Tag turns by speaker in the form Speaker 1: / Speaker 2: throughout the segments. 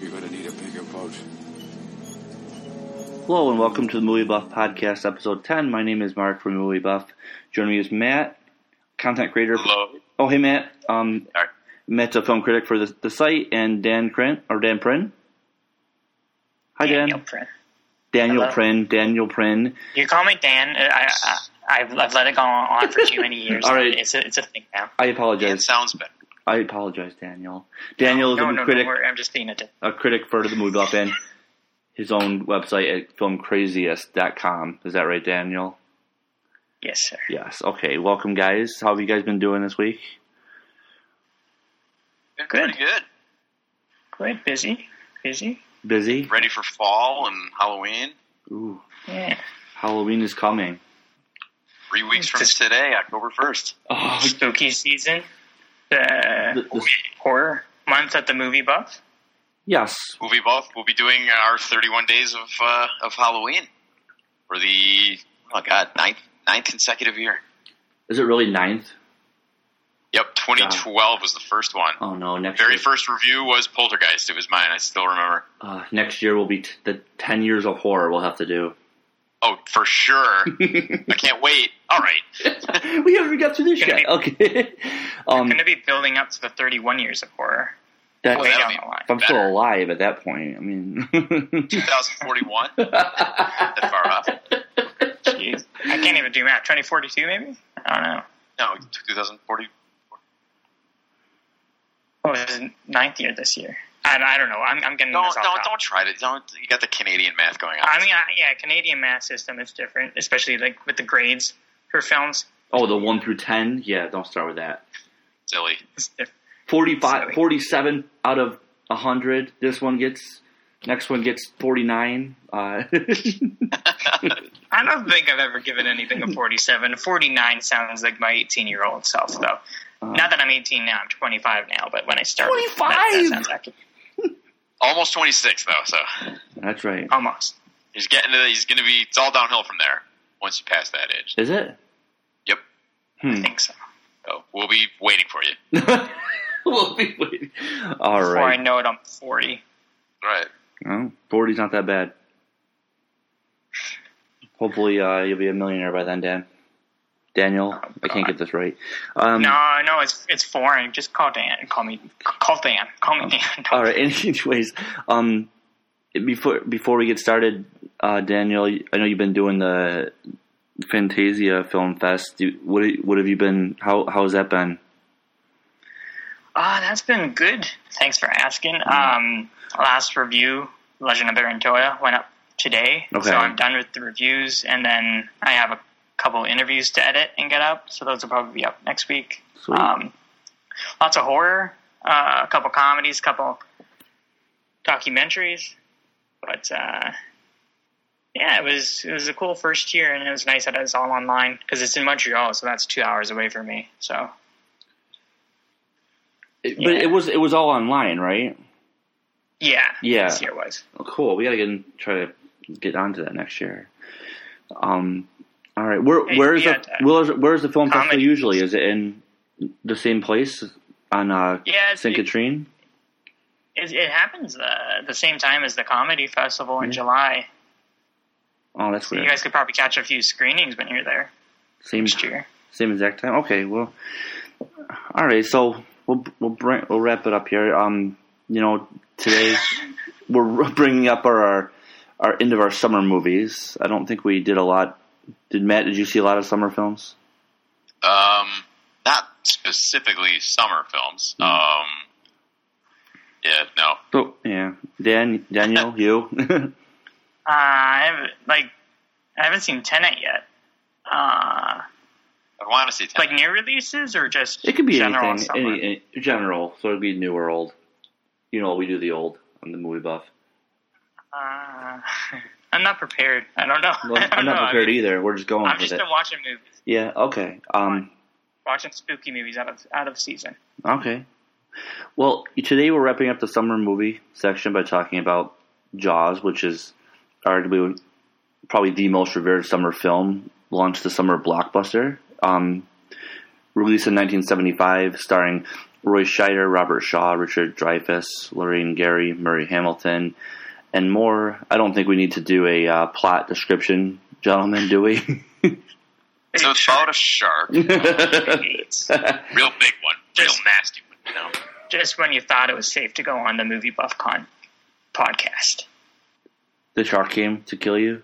Speaker 1: You're going to need a bigger boat.
Speaker 2: Hello and welcome to the Movie Buff Podcast, episode 10. My name is Mark from Movie Buff. Joining me is Matt, content creator.
Speaker 3: Hello.
Speaker 2: Oh, hey, Matt. Um,
Speaker 3: Sorry.
Speaker 2: Matt's a film critic for the, the site, and Dan Print, or Dan Prin. Hi,
Speaker 4: Daniel
Speaker 2: Dan.
Speaker 4: Prince.
Speaker 2: Daniel
Speaker 4: Hello.
Speaker 2: Prin. Daniel Prin.
Speaker 4: You call me Dan. I, I, I've, I've let it go on for too many years.
Speaker 2: All right.
Speaker 4: It's a, it's a thing now.
Speaker 2: I
Speaker 3: It
Speaker 2: apologize.
Speaker 3: sounds better.
Speaker 2: I apologize, Daniel. Daniel is
Speaker 4: no,
Speaker 2: a
Speaker 4: no,
Speaker 2: critic
Speaker 4: no, worry, I'm just being a dick.
Speaker 2: a critic for the Movie Buff and his own website at filmcraziest.com. Is that right, Daniel?
Speaker 4: Yes, sir.
Speaker 2: Yes. Okay. Welcome, guys. How have you guys been doing this week?
Speaker 3: Been
Speaker 4: Good.
Speaker 3: Pretty good.
Speaker 4: Quite busy. Busy.
Speaker 2: Busy?
Speaker 3: Ready for fall and Halloween.
Speaker 2: Ooh.
Speaker 4: Yeah.
Speaker 2: Halloween is coming.
Speaker 3: Three weeks from
Speaker 4: Just-
Speaker 3: today, October 1st.
Speaker 2: Oh,
Speaker 4: Spooky season. The
Speaker 2: th- this-
Speaker 4: horror month at the movie buff.
Speaker 2: yes.
Speaker 3: We'll be both. We'll be doing our 31 days of uh, of Halloween for the oh god ninth ninth consecutive year.
Speaker 2: Is it really ninth?
Speaker 3: Yep, 2012 was the first one.
Speaker 2: Oh no, next
Speaker 3: Very
Speaker 2: year.
Speaker 3: first review was Poltergeist. It was mine. I still remember.
Speaker 2: Uh, next year will be t- the ten years of horror. We'll have to do.
Speaker 3: Oh, for sure. I can't wait. All right.
Speaker 2: we haven't got through this
Speaker 4: Gonna
Speaker 2: yet. Okay. um,
Speaker 4: Going to be building up to the 31 years of horror.
Speaker 2: that's,
Speaker 4: Way
Speaker 3: that'll
Speaker 4: down
Speaker 3: be-
Speaker 4: the line.
Speaker 2: if I'm still
Speaker 3: better.
Speaker 2: alive at that point, I mean.
Speaker 3: 2041. Not that far off.
Speaker 4: Jeez. I can't even do math. 2042 maybe? I don't know.
Speaker 3: No, 2040.
Speaker 4: What was his ninth year this year? I, I don't know. I'm, I'm getting
Speaker 3: No,
Speaker 4: this
Speaker 3: no,
Speaker 4: off topic.
Speaker 3: don't try to. Don't. You got the Canadian math going on.
Speaker 4: I mean, I, yeah, Canadian math system is different, especially like with the grades for films.
Speaker 2: oh, the one through ten. Yeah, don't start with that.
Speaker 3: Silly.
Speaker 4: It's diff-
Speaker 2: 45,
Speaker 4: Sorry.
Speaker 2: 47 out of 100. This one gets, next one gets 49. Uh,
Speaker 4: I don't think I've ever given anything a 47. 49 sounds like my 18 year old self, though.
Speaker 2: Uh-huh.
Speaker 4: Not that I'm 18 now, I'm 25 now, but when I started, that, that
Speaker 2: 25?
Speaker 4: sounds accurate.
Speaker 3: Almost 26 though, so
Speaker 2: that's right.
Speaker 4: Almost.
Speaker 3: he's getting to. He's going to be. It's all downhill from there. Once you pass that age.
Speaker 2: Is it? Hmm.
Speaker 3: Yep.
Speaker 4: I think so.
Speaker 3: So we'll be waiting for you.
Speaker 2: we'll be waiting. All
Speaker 4: Before I
Speaker 2: right.
Speaker 4: know it, I'm 40.
Speaker 3: Right.
Speaker 2: Oh, 40's not that bad. Hopefully, uh, you'll be a millionaire by then, Dan. Daniel, I can't get this right. Um,
Speaker 4: No, no, it's it's foreign. Just call Dan. Call me. Call Dan. Call me Dan.
Speaker 2: um, All right. Anyways, um, before before we get started, uh, Daniel, I know you've been doing the Fantasia Film Fest. Do, what what have you been? How how has that been?
Speaker 4: Ah, that's been good. Thanks for asking. Um, last review, Legend of Baron Toya, went up today,
Speaker 2: Okay.
Speaker 4: so I'm done with the reviews, and then I have a couple interviews to edit and get up, so those will probably be up next week.
Speaker 2: Sweet.
Speaker 4: Um, lots of horror, uh, a couple comedies, a couple documentaries, but uh, yeah, it was it was a cool first year, and it was nice that it was all online because it's in Montreal, so that's two hours away from me. So
Speaker 2: It- But it was it was all online, right?
Speaker 4: yeah,
Speaker 2: Yeah.
Speaker 4: this year was.
Speaker 2: Oh, cool. We gotta get in, try to get onto that next year. Um. All right. Where
Speaker 4: Hey,
Speaker 2: where is
Speaker 4: yeah,
Speaker 2: the where is, where is the film festival
Speaker 4: comedy.
Speaker 2: usually? Is it in the same place on uh,
Speaker 4: Yeah, it's,
Speaker 2: Saint
Speaker 4: it,
Speaker 2: Catherine?
Speaker 4: it happens uh, the same time as the comedy festival in July.
Speaker 2: Oh, that's
Speaker 4: So you
Speaker 2: weird.
Speaker 4: guys could probably catch a few screenings when you're there
Speaker 2: Same
Speaker 4: next year.
Speaker 2: Same exact time. Okay. Well. All right. So we'll we'll bring, we'll wrap it up here. Um, you know, today we're bringing up our, our our end of our summer movies. I don't think we did a lot. Did Matt? Did you see a lot of summer films?
Speaker 3: Um, not specifically summer films.
Speaker 2: Hmm.
Speaker 3: Um, yeah, no.
Speaker 2: So yeah, Dan, Daniel, you.
Speaker 4: Uh, I haven't like I haven't seen Tenet yet. Uh,
Speaker 3: I want to see. Tenet.
Speaker 4: like new releases or just
Speaker 2: it could be
Speaker 4: general
Speaker 2: anything.
Speaker 4: summer?
Speaker 2: Any, any- general. So it'd be new or old. You know, we do the old on the movie buff.
Speaker 4: Uh, I'm not prepared. I don't know.
Speaker 2: Well,
Speaker 4: I don't
Speaker 2: I'm
Speaker 4: know.
Speaker 2: not prepared
Speaker 4: I mean,
Speaker 2: either. We're just going
Speaker 4: I've
Speaker 2: with
Speaker 4: just
Speaker 2: it.
Speaker 4: been watching movies,
Speaker 2: Yeah. Okay. Um.
Speaker 4: watching spooky movies out of out of season.
Speaker 2: Okay. Well, today we're wrapping up the summer movie section by talking about Jaws, which is arguably probably the most revered summer film, launched the summer blockbuster, um, released in 1975, starring Roy Scheider, Robert Shaw, Richard Dreyfuss, Lorraine Gary, Murray Hamilton, and more. I don't think we need to do a uh, plot description, gentlemen, do we?
Speaker 3: So it's about a shark, real
Speaker 4: Hates.
Speaker 3: big one, real nasty one. You know?
Speaker 4: Just when you thought it was safe to go on the Movie Buff Con podcast.
Speaker 2: the shark came to kill you.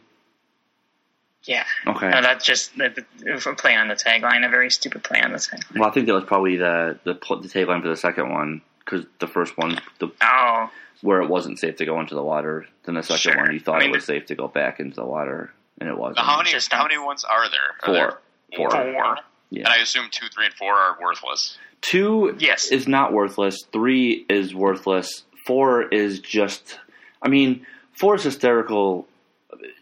Speaker 4: Yeah.
Speaker 2: Okay.
Speaker 4: No, that's just that- that- if a play on the tagline, a very stupid play on the tagline.
Speaker 2: Well, I think that was probably the the, pl- the tagline for the second one because the first one, the
Speaker 4: Oh,
Speaker 2: where it wasn't safe to go into the water, then the second
Speaker 4: Sure.
Speaker 2: one you thought
Speaker 4: I mean,
Speaker 2: it was
Speaker 4: the-
Speaker 2: safe to go back into the water, and it wasn't.
Speaker 3: How many?
Speaker 4: Just
Speaker 3: How many ones are there? Are
Speaker 2: Four.
Speaker 3: there
Speaker 2: Four.
Speaker 4: four.
Speaker 2: Yeah.
Speaker 3: And I assume two, three, and four are worthless.
Speaker 2: Two
Speaker 4: Yes.
Speaker 2: is not worthless. Three is worthless. Four is just. I mean, four is hysterical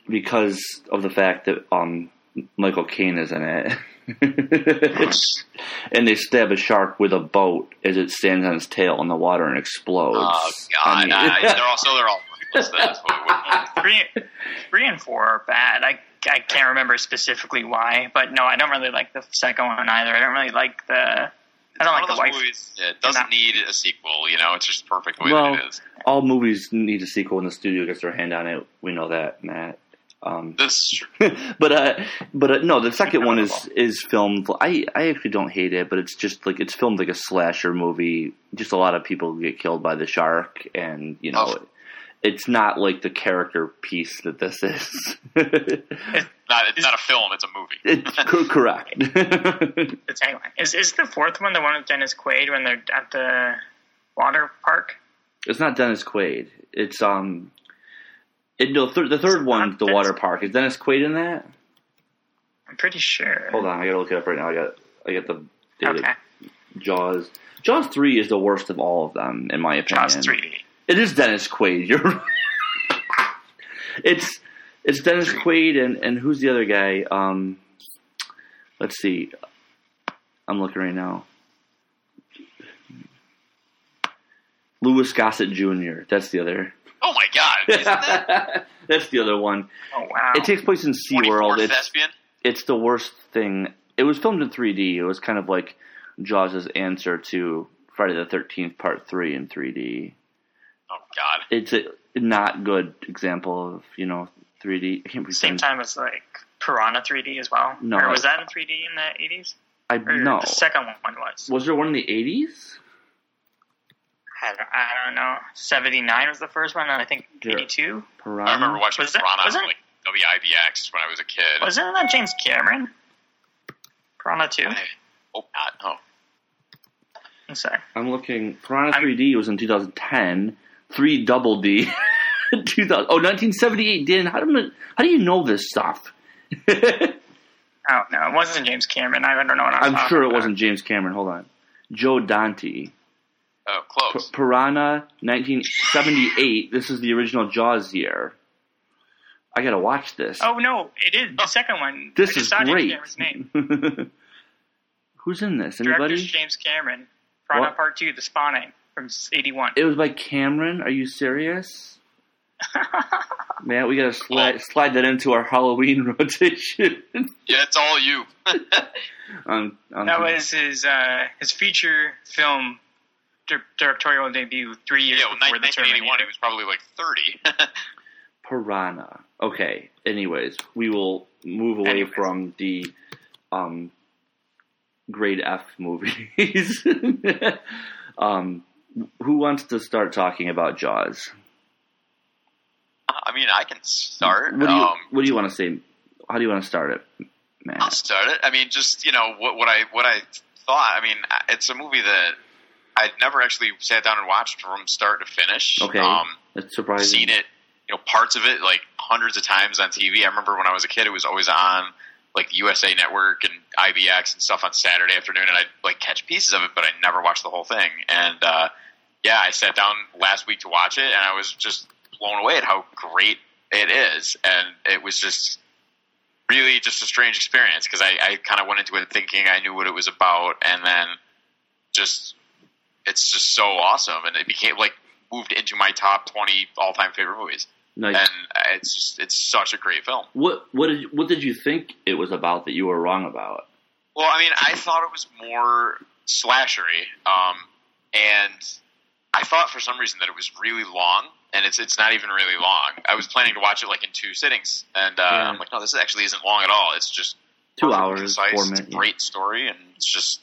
Speaker 2: because of the fact that um, Michael Caine is in it, and they stab a shark with a boat as it stands on its tail in the water and explodes.
Speaker 3: Oh
Speaker 2: I
Speaker 3: God!
Speaker 2: mean-
Speaker 3: I- they're all so they're all worthless. That's what we would
Speaker 4: Three, three and four are bad. I, I can't remember specifically why, but no, I don't really like the second one either. I don't really like the. I don't
Speaker 3: One
Speaker 4: like
Speaker 3: of
Speaker 4: the
Speaker 3: those
Speaker 4: wife.
Speaker 3: movies that doesn't
Speaker 4: Not-
Speaker 3: need a sequel. You know, it's just perfect the way
Speaker 2: Well,
Speaker 3: that it is.
Speaker 2: all movies need a sequel when the studio gets their hand on it. We know that, Matt. Um,
Speaker 3: This
Speaker 2: but uh, but uh, no, the second one is is filmed. I I actually don't hate it, but it's just like it's filmed like a slasher movie. Just a lot of people get killed by the shark, and you know,
Speaker 3: Oh.
Speaker 2: it's not like the character piece that this is.
Speaker 3: not it's not a film. It's a movie.
Speaker 2: It's cor- correct.
Speaker 4: The tagline is is the fourth one the one with Dennis Quaid when they're at the water park.
Speaker 2: it's not Dennis Quaid. It's um. It, no, th- the third one, the water park, is Dennis Quaid in that?
Speaker 4: I'm pretty sure.
Speaker 2: Hold on, I gotta look it up right now. I got I got the data.
Speaker 4: Okay,
Speaker 2: Jaws. Jaws three is the worst of all of them, in my opinion.
Speaker 4: Jaws three.
Speaker 2: It is Dennis Quaid. You're. right. it's it's Dennis Quaid and and who's the other guy? Um, let's see. I'm looking right now. Louis Gossett Jr. That's the other.
Speaker 3: Oh my God! Isn't that
Speaker 2: That's the other one.
Speaker 4: Oh wow!
Speaker 2: It takes place in SeaWorld.
Speaker 3: 24
Speaker 2: It's
Speaker 3: thespian?
Speaker 2: it's the worst thing. It was filmed in 3D. It was kind of like Jaws' answer to Friday the 13th Part 3 in 3D.
Speaker 3: Oh God!
Speaker 2: It's a not good example of, you know, 3D. I can't believe
Speaker 4: Same time as like Piranha 3D as well.
Speaker 2: No,
Speaker 4: or
Speaker 2: I-
Speaker 4: was that in 3D in the 80s?
Speaker 2: I
Speaker 4: Or
Speaker 2: no.
Speaker 4: the second one was.
Speaker 2: Was there one in the 80s?
Speaker 4: I don't, I don't know. 79 was the first one, and I think
Speaker 2: Yeah.
Speaker 4: 82.
Speaker 2: Piranha?
Speaker 3: I remember watching
Speaker 4: Was that-
Speaker 3: Piranha
Speaker 4: was
Speaker 3: on
Speaker 4: that-
Speaker 3: like WIBX when I was a kid.
Speaker 4: Wasn't that James Cameron? Piranha 2?
Speaker 3: I hope not. Oh,
Speaker 4: I'm sorry.
Speaker 2: I'm looking. Piranha
Speaker 4: I'm-
Speaker 2: 3D was in 2010. 3 Double D. 2000. Oh, 1978. Dan, how do, you- how do you know this stuff?
Speaker 4: I don't know. It wasn't James Cameron. I don't know what I'm
Speaker 2: I'm
Speaker 4: talking
Speaker 2: sure it
Speaker 4: about.
Speaker 2: wasn't James Cameron. Hold on. Joe Dante.
Speaker 3: oh,
Speaker 2: P-
Speaker 3: close.
Speaker 2: Piranha, 1978. this is the original Jaws year. I gotta watch this.
Speaker 4: Oh, no. It is. The second one. I
Speaker 2: this
Speaker 4: just
Speaker 2: is
Speaker 4: saw James
Speaker 2: great.
Speaker 4: Cameron's name.
Speaker 2: Who's in this?
Speaker 4: Director
Speaker 2: Anybody?
Speaker 4: James Cameron. Piranha
Speaker 2: What?
Speaker 4: Part 2, The Spawning from 81.
Speaker 2: It was by Cameron. Are you serious? Man, we gotta slide, slide that into our Halloween rotation.
Speaker 3: Yeah, it's all you.
Speaker 2: on, on
Speaker 4: that was his uh, his feature film dir- directorial debut three years
Speaker 3: Yeah, well,
Speaker 4: before the
Speaker 3: 1981. He
Speaker 4: Terminator.
Speaker 3: was probably like 30.
Speaker 2: Piranha. Okay. Anyways, we will move away
Speaker 4: Anyways.
Speaker 2: from the um, grade F movies. um, who wants to start talking about Jaws?
Speaker 3: I mean, I can start.
Speaker 2: What do you
Speaker 3: um,
Speaker 2: What do you want to say? How do you want to start it,
Speaker 3: I'll
Speaker 2: Matt?
Speaker 3: start it. I mean, just you know what what I what I thought. I mean, I- it's a movie that I'd never actually sat down and watched from start to finish.
Speaker 2: Okay.
Speaker 3: Um,
Speaker 2: It's surprising.
Speaker 3: seen it, you know, parts of it like hundreds of times on TV. I remember when I was a kid, it was always on like the USA Network and IBX and stuff on Saturday afternoon, and I'd like catch pieces of it, but I never watched the whole thing. And uh, yeah, I sat down last week to watch it, and I was just blown away at how great it is, and it was just really just a strange experience because I, I kind of went into it thinking I knew what it was about, and then just it's just so awesome, and it became like moved into my top twenty all time favorite movies,
Speaker 2: Nice.
Speaker 3: and uh, it's just it's such a great film.
Speaker 2: what What did What did you think it was about that you were wrong about?
Speaker 3: Well, I mean, I thought it was more slashery. Um, and I thought for some reason that it was really long, and it's it's not even really long. I was planning to watch it like in two sittings, and uh,
Speaker 2: Yeah.
Speaker 3: I'm like, no, this actually isn't long at all. It's just
Speaker 2: Two
Speaker 3: perfect,
Speaker 2: hours,
Speaker 3: concise, it's
Speaker 2: four
Speaker 3: a
Speaker 2: minutes, yeah.
Speaker 3: great story, and it's just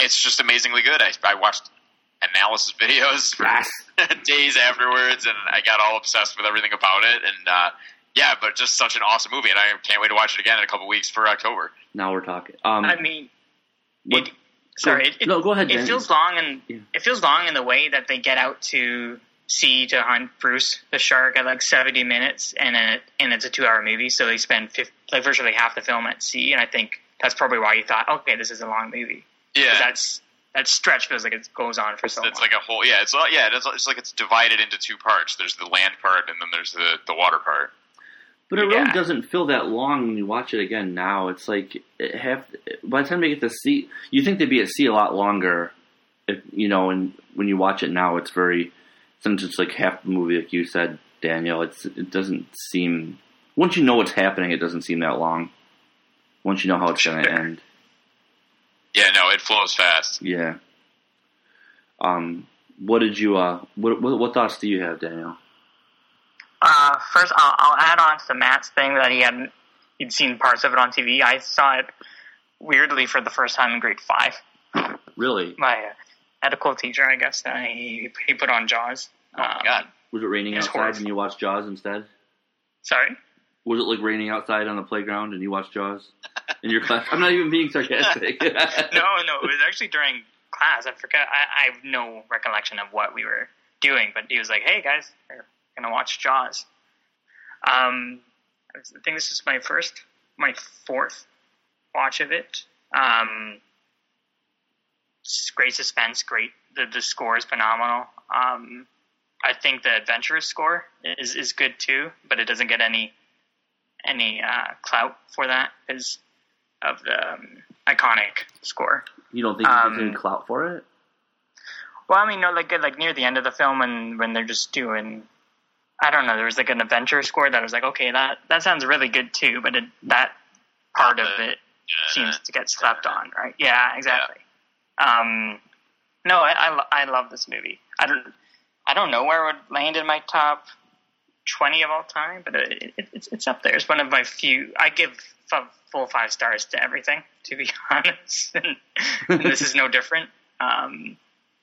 Speaker 3: it's just amazingly good. I, I watched analysis videos for
Speaker 2: Yes.
Speaker 3: days afterwards, and I got all obsessed with everything about it. And uh, yeah, but just such an awesome movie, and I can't wait to watch it again in a couple weeks for October.
Speaker 2: Now we're talking. Um,
Speaker 4: I mean,
Speaker 2: what-
Speaker 4: it, sorry, it, it,
Speaker 2: no, go ahead.
Speaker 4: it
Speaker 2: Danny.
Speaker 4: feels long and
Speaker 2: Yeah.
Speaker 4: it feels long in the way that they get out to sea to hunt Bruce the shark at like seventy minutes, and then it, and it's a two-hour movie, so they spend fif- like virtually half the film at sea, and I think that's probably why you thought, okay, this is a long movie. 'Cause
Speaker 3: Yeah,
Speaker 4: That's that stretch feels like it goes on for so long.
Speaker 3: It's like a whole yeah. It's all- yeah. It's, it's like it's divided into two parts. There's the land part, and then there's the the water part.
Speaker 2: But it really
Speaker 4: Yeah.
Speaker 2: doesn't feel that long when you watch it again now. It's like it have by the time they get to sea, you think they'd be at sea a lot longer. If you know, and when you watch it now, it's very since it's like half the movie, like you said, Daniel. It's it doesn't seem once you know what's happening, it doesn't seem that long. Once you know how it's going to
Speaker 4: Sure.
Speaker 2: end,
Speaker 3: Yeah, no, it flows fast.
Speaker 2: yeah. Um, what did you uh, what what, what thoughts do you have, Daniel?
Speaker 4: Uh, first, I'll, I'll add on to Matt's thing that he hadn't he'd seen parts of it on TV. I saw it weirdly for the first time in grade five.
Speaker 2: Really,
Speaker 4: My uh, had a cool teacher, I guess, and he he put on Jaws.
Speaker 3: Oh my
Speaker 4: Um,
Speaker 3: god,
Speaker 2: was it raining
Speaker 4: It was
Speaker 2: outside and you watched Jaws instead?
Speaker 4: Sorry.
Speaker 2: Was it like raining outside on the playground and you watched Jaws in your class? I'm not even being sarcastic.
Speaker 4: No, no, it was actually during class. I forgot. I, I have no recollection of what we were doing, but he was like, "Hey guys, we're gonna watch Jaws." Um, I was- I think this is my first, my fourth watch of it. Um, it's great suspense, great. The the score is phenomenal. Um, I think the adventurous score is is good too, but it doesn't get any any uh, clout for that because of the um, iconic score.
Speaker 2: You don't think you gets
Speaker 4: Um,
Speaker 2: any clout for it?
Speaker 4: Well, I mean, no, like like near the end of the film, when when they're just doing, I don't know, there was like an adventure score that I was like, okay, that that sounds really good too, but it, that part of it
Speaker 3: Yeah.
Speaker 4: seems to get slept on, right? Yeah, exactly. Um, no, I, I lo- I love this movie. I don't I don't know where it would land in my top twenty of all time, but it, it, it's it's up there. It's one of my few. I give f- full five stars to everything, to be honest, and, and this is no different. Um,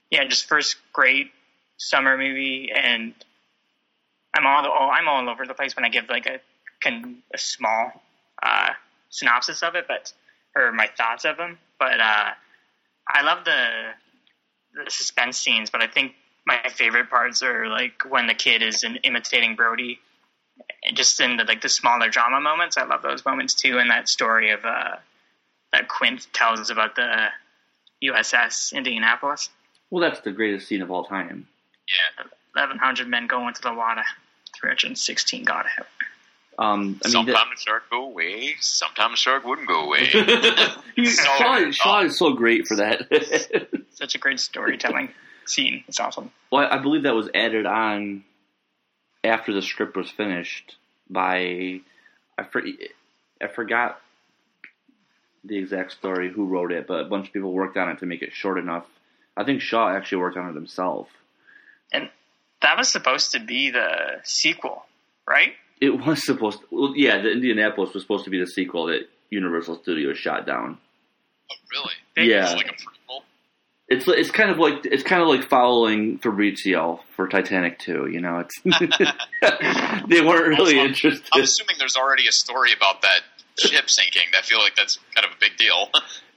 Speaker 4: yeah, just first great summer movie, and I'm all, all I'm all over the place when I give like a con, a small uh, synopsis of it, but or my thoughts of them. But uh, I love the the suspense scenes, but I think my favorite parts are like when the kid is in, imitating Brody, and just in the like the smaller drama moments. I love those moments too, and that story of uh, that Quint tells about the USS Indianapolis,
Speaker 2: Well, that's the greatest scene of all time.
Speaker 3: yeah,
Speaker 4: eleven hundred men go into the water, three hundred sixteen got out.
Speaker 2: Um, I mean,
Speaker 3: sometimes the shark go away. Sometimes the shark wouldn't go away.
Speaker 2: that, He-
Speaker 4: So-
Speaker 2: Shaw, is- Shaw is so great for that.
Speaker 4: Such a great storytelling scene. It's awesome.
Speaker 2: well, I believe that was added on after the script was finished by I, for, I forgot the exact story who wrote it, but a bunch of people worked on it to make it short enough. I think Shaw actually worked on it himself.
Speaker 4: And that was supposed to be the sequel, right?
Speaker 2: It was supposed. well, yeah, the Indianapolis was supposed to be the sequel that Universal Studios shot down.
Speaker 3: oh, really?
Speaker 2: Yeah.
Speaker 3: It's like a prequel.
Speaker 2: It's it's kind of like it's kind of like following Fabrizio for Titanic Two. You know, it's they weren't really
Speaker 3: I'm- I'm
Speaker 2: interested.
Speaker 3: assuming there's already a story about that ship sinking. I feel like that's kind of a big deal.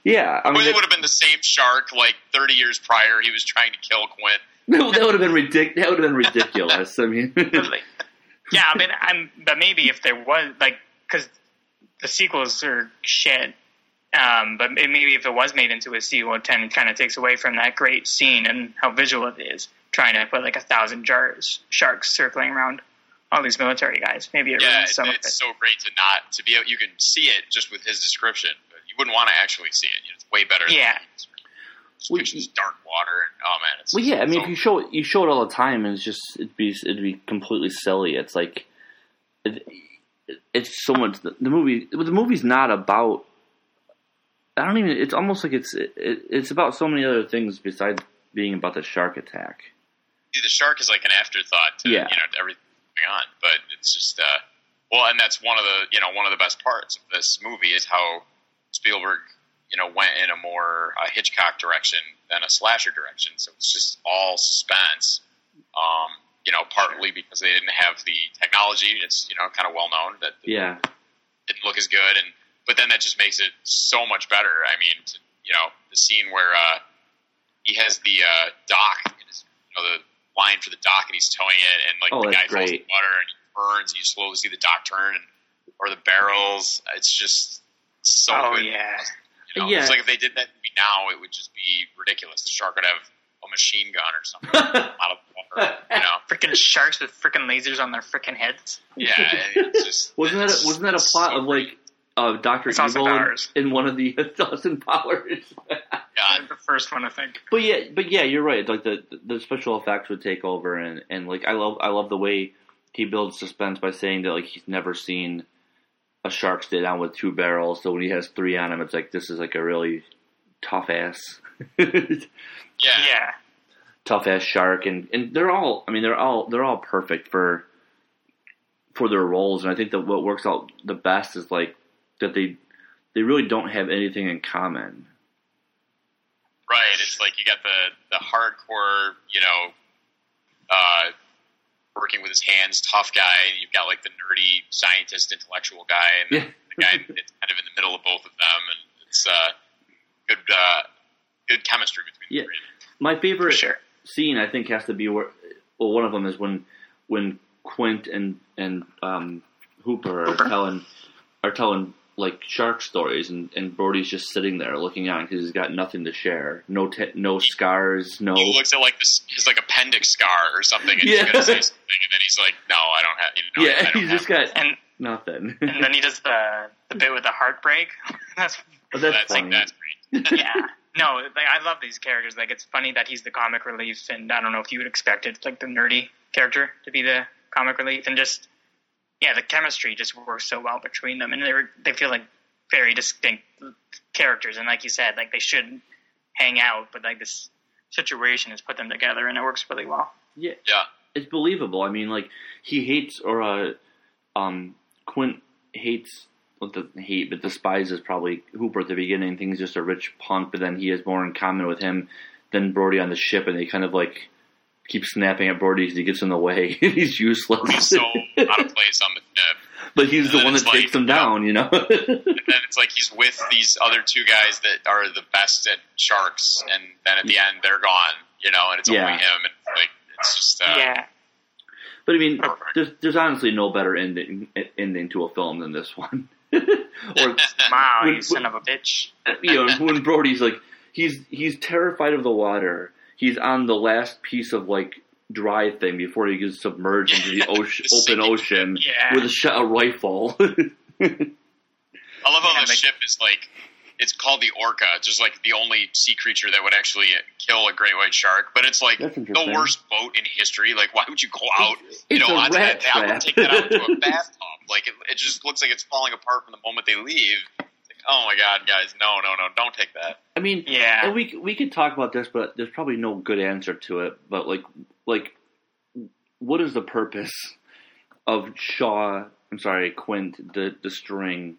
Speaker 2: Yeah, I
Speaker 3: Or
Speaker 2: mean,
Speaker 3: it
Speaker 2: that,
Speaker 3: would have been the same shark like 30 years prior. He was trying to kill Quint.
Speaker 2: no, that would have been ridic- That would have been ridiculous. I mean,
Speaker 4: Like, yeah, I mean, I'm, but maybe if there was like, because the sequels are shit. Um, but may- maybe if it was made into a sequel, it kind of takes away from that great scene and how visual it is. Trying to put like a thousand jars sharks circling around all these military guys. Maybe it
Speaker 3: Yeah,
Speaker 4: ruins
Speaker 3: it's,
Speaker 4: some of
Speaker 3: it's
Speaker 4: it.
Speaker 3: so great to not to be. able You can see it just with his description, but you wouldn't want to actually see it. It's way better.
Speaker 4: Yeah.
Speaker 3: Than just
Speaker 2: Well,
Speaker 3: picture
Speaker 2: y-
Speaker 3: this dark water and oh man, it's
Speaker 2: well, yeah, I mean,
Speaker 3: so-
Speaker 2: if you show it, you show it all the time, and it's just it'd be it'd be completely silly. It's like it, it's so much the, movie. The movie's not about. I don't even. It's almost like it's it, it's about so many other things besides being about the shark attack.
Speaker 3: the shark is like an afterthought to
Speaker 2: Yeah.
Speaker 3: you know to everything going on, but it's just uh, well, and that's one of the you know one of the best parts of this movie is how Spielberg you know went in a more uh, Hitchcock direction than a slasher direction, so it's just all suspense. Um, you know, partly because they didn't have the technology. It's you know kind of well known that
Speaker 2: Yeah,
Speaker 3: didn't look as good and but then that just makes it so much better i mean t you know the scene where uh he has the uh dock in his, you know the line for the dock and he's towing it and like
Speaker 2: Oh,
Speaker 3: the guy
Speaker 2: that's
Speaker 3: falls in
Speaker 2: great.
Speaker 3: the water and he burns and you slowly see the dock turn and, or the barrels it's just so
Speaker 4: oh
Speaker 3: good
Speaker 4: yeah,
Speaker 3: you know?
Speaker 2: Yeah.
Speaker 3: it's like if they did that movie now it would just be ridiculous the shark would have a machine gun or something out of the water you know
Speaker 4: freaking sharks with freaking lasers on their freaking heads.
Speaker 3: yeah it's just
Speaker 2: wasn't that
Speaker 3: it's-
Speaker 2: a, wasn't that
Speaker 3: it's
Speaker 2: a plot
Speaker 3: so
Speaker 2: of like uh, Doctor
Speaker 4: It's Austin
Speaker 2: Evil in,
Speaker 4: Powers.
Speaker 2: in one of the Austin Powers?
Speaker 3: good.
Speaker 4: the first one I think.
Speaker 2: But yeah, but yeah, you're right. Like the the special effects would take over, and and like I love I love the way he builds suspense by saying that like he's never seen a shark stay down with two barrels. So when he has three on him, it's like this is like a really tough ass,
Speaker 3: yeah
Speaker 4: Yeah,
Speaker 2: tough ass shark, and and they're all I mean they're all they're all perfect for for their roles, and I think that what works out the best is like that they they really don't have anything in common.
Speaker 3: Right. It's like you got the the hardcore, you know, uh, working with his hands, tough guy, and you've got like the nerdy scientist, intellectual guy, and
Speaker 2: Yeah.
Speaker 3: the guy that's kind of in the middle of both of them, and it's uh, good uh, good chemistry between
Speaker 2: Yeah.
Speaker 3: the three. of them.
Speaker 2: My
Speaker 4: for
Speaker 2: favorite
Speaker 4: sure.
Speaker 2: scene I think has to be where well one of them is when when Quint and and um, Hooper are
Speaker 4: Hooper.
Speaker 2: telling are telling like shark stories and and Brody's just sitting there looking on because he's got nothing to share no t- no scars no
Speaker 3: He looks at like this his like appendix scar or something, and
Speaker 2: Yeah.
Speaker 3: he's gonna say something, and then he's like, "No, I don't have." You know, I
Speaker 2: yeah
Speaker 3: don't
Speaker 2: he's
Speaker 3: have
Speaker 2: just got
Speaker 4: And
Speaker 2: nothing
Speaker 4: and then he does the the bit with the heartbreak. That's
Speaker 2: but
Speaker 3: that's,
Speaker 2: that's,
Speaker 3: like
Speaker 2: funny.
Speaker 3: that's pretty.
Speaker 4: yeah. No, like, I love these characters. Like it's funny that he's the comic relief, and I don't know if you would expect it, like the nerdy character to be the comic relief, and just yeah, the chemistry just works so well between them, and they were they feel like very distinct characters, and like you said, like they should hang out, but like this situation has put them together, and it works really well.
Speaker 2: yeah
Speaker 3: Yeah.
Speaker 2: it's believable I mean like he hates or uh, um Quint hates what the hate but despises probably Hooper at the beginning. Thinks he's just a rich punk, but then he has more in common with him than Brody on the ship, and they kind of like keep snapping at Brody as he gets in the way. he's
Speaker 3: He's
Speaker 2: useless,
Speaker 3: so out of place on the uh, ship.
Speaker 2: but he's the
Speaker 3: and
Speaker 2: one that
Speaker 3: it's
Speaker 2: takes
Speaker 3: like-
Speaker 2: them down. You know,
Speaker 3: and then it's like he's with these other two guys that are the best at sharks, and then at the end they're gone, you know, and it's
Speaker 2: Yeah.
Speaker 3: only him, and like it's just uh,
Speaker 4: yeah,
Speaker 2: but I mean,
Speaker 3: Perfect.
Speaker 2: there's there's honestly no better ending ending to a film than this one. or
Speaker 4: wow,
Speaker 2: Would-
Speaker 4: you son of a bitch.
Speaker 2: you know, when Brody's like, he's he's terrified of the water. He's on the last piece of like dry thing before he gets submerged into the ocean, open
Speaker 3: Sinking.
Speaker 2: ocean
Speaker 4: Yeah.
Speaker 2: with a shot, a rifle.
Speaker 3: I love how
Speaker 4: Yeah,
Speaker 3: the
Speaker 4: like-
Speaker 3: ship is like it's called the orca, just like the only sea creature that would actually kill a great white shark, but it's like
Speaker 2: That's
Speaker 3: the
Speaker 2: interesting.
Speaker 3: worst boat in history. Like, why would you go out? you
Speaker 2: it's
Speaker 3: know,
Speaker 2: a
Speaker 3: onto
Speaker 2: rat
Speaker 3: that, I would
Speaker 2: trap.
Speaker 3: take that out to a bathtub. Like, it, it just looks like it's falling apart from the moment they leave. It's like, oh my god, guys, no, no, no, don't take that.
Speaker 2: I mean,
Speaker 4: Yeah.
Speaker 2: and we c- we could talk about this, but there's probably no good answer to it. But like, like, what is the purpose of Shaw? I'm sorry, Quint, the destroying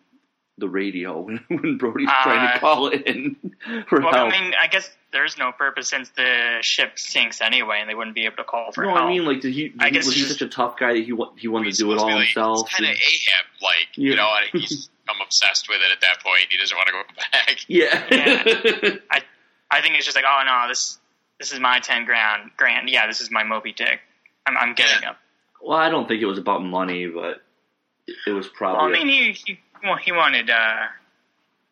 Speaker 2: the radio when Brody's trying to
Speaker 4: Uh,
Speaker 2: call in for
Speaker 4: Well,
Speaker 2: help.
Speaker 4: I mean, I guess there's no purpose since the ship sinks anyway, and they wouldn't be able to call for
Speaker 2: no,
Speaker 4: help.
Speaker 2: I mean, like, did he,
Speaker 4: Oh. I
Speaker 2: he-
Speaker 4: guess
Speaker 2: was he
Speaker 4: just-
Speaker 2: such a tough guy that he wa- he wanted to do it all himself?
Speaker 3: Kind of Ahab, like
Speaker 2: Yeah.
Speaker 3: you know, and he's become obsessed with it at that point. He doesn't want to go back.
Speaker 2: yeah.
Speaker 4: Yeah. I think it's just like, oh no, this this is my ten grand grand. Yeah, this is my Moby Dick. I'm, I'm getting up.
Speaker 2: well, I don't think it was about money, but it- it was
Speaker 4: Well, I
Speaker 2: probably.
Speaker 4: mean, he he, well, he wanted uh,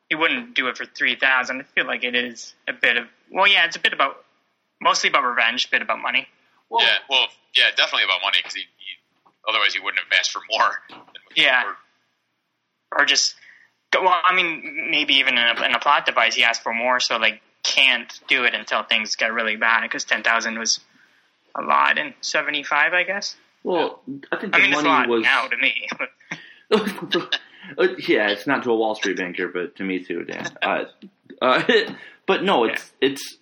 Speaker 4: he wouldn't do it for three thousand. I feel like it is a bit of well, yeah, it's a bit about mostly about revenge, a bit about money.
Speaker 2: Well-
Speaker 3: yeah, well, yeah, definitely about money because he, he, otherwise he wouldn't have asked for more. Than what he
Speaker 4: Yeah.
Speaker 3: ordered.
Speaker 4: or just well i mean maybe even in a, in a plot device he asked for more so like can't do it until things get really bad because 10000 was a lot in 75 i guess
Speaker 2: well, I think the
Speaker 4: i mean it's a
Speaker 2: money
Speaker 4: lot
Speaker 2: was.
Speaker 4: now to me but
Speaker 2: Uh, yeah, it's not to a Wall Street banker, but to me too, Dan. Uh, uh, but no, it's it's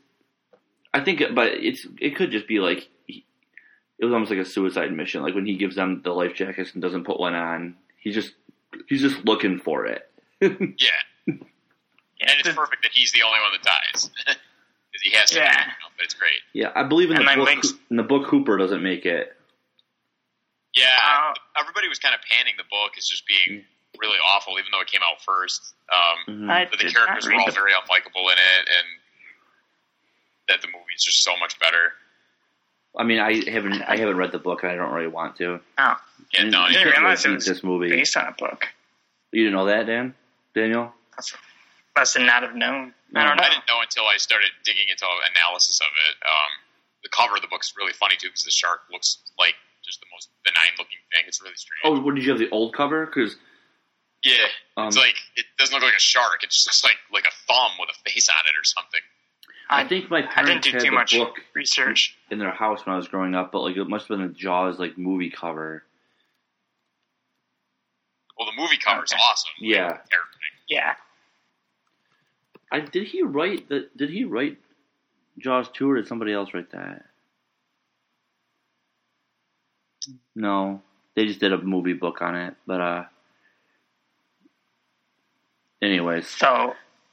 Speaker 2: I think, but it's it could just be like he- it was almost like a suicide mission. Like when he gives them the life jackets and doesn't put one on, he's just he's just looking for it.
Speaker 3: Yeah, and it's perfect that he's the only one that dies. 'Cause he has to.
Speaker 4: Yeah.
Speaker 3: you know, but it's great.
Speaker 2: Yeah, I believe in
Speaker 4: And
Speaker 2: the
Speaker 4: then
Speaker 2: book.
Speaker 4: Link's-
Speaker 2: In the book, Hooper doesn't make it.
Speaker 3: Yeah,
Speaker 4: Uh,
Speaker 3: everybody was kind of panning the book as just being really awful, even though it came out first. Um,
Speaker 2: Mhm.
Speaker 4: I
Speaker 3: but the
Speaker 4: did
Speaker 3: characters
Speaker 4: not
Speaker 3: were
Speaker 4: read
Speaker 3: all
Speaker 4: the-
Speaker 3: very unlikable in it, and that the movie's just so much better.
Speaker 2: I mean, I haven't I haven't read the book. and I don't really want to.
Speaker 4: Oh,
Speaker 3: Yeah,
Speaker 2: And
Speaker 3: no,
Speaker 2: you
Speaker 4: didn't
Speaker 2: can't
Speaker 4: realize
Speaker 2: see
Speaker 4: it was
Speaker 2: this movie.
Speaker 4: based on a book.
Speaker 2: You didn't know that, Dan? Daniel?
Speaker 4: That's less than not have known. I don't know.
Speaker 3: I didn't know until I started digging into analysis of it. Um, the cover of the book's really funny too because the shark looks like just the most benign looking thing. It's really strange.
Speaker 2: Oh, what did you have the old cover? Because
Speaker 3: yeah,
Speaker 2: um,
Speaker 3: it's like it doesn't look like a shark. It's just like like a thumb with a face on it or something.
Speaker 2: I think my parents
Speaker 4: I didn't do
Speaker 2: had
Speaker 4: too
Speaker 2: the
Speaker 4: much
Speaker 2: book
Speaker 4: research.
Speaker 2: in their house when I was growing up, but like it must have been a Jaws like movie cover.
Speaker 3: Well, the movie cover's
Speaker 4: Okay.
Speaker 3: awesome. Like,
Speaker 2: Yeah.
Speaker 3: terrifying.
Speaker 4: Yeah,
Speaker 2: I did he write the Did he write Jaws two or did somebody else write that? No, they just did a movie book on it. But uh, anyways,
Speaker 4: so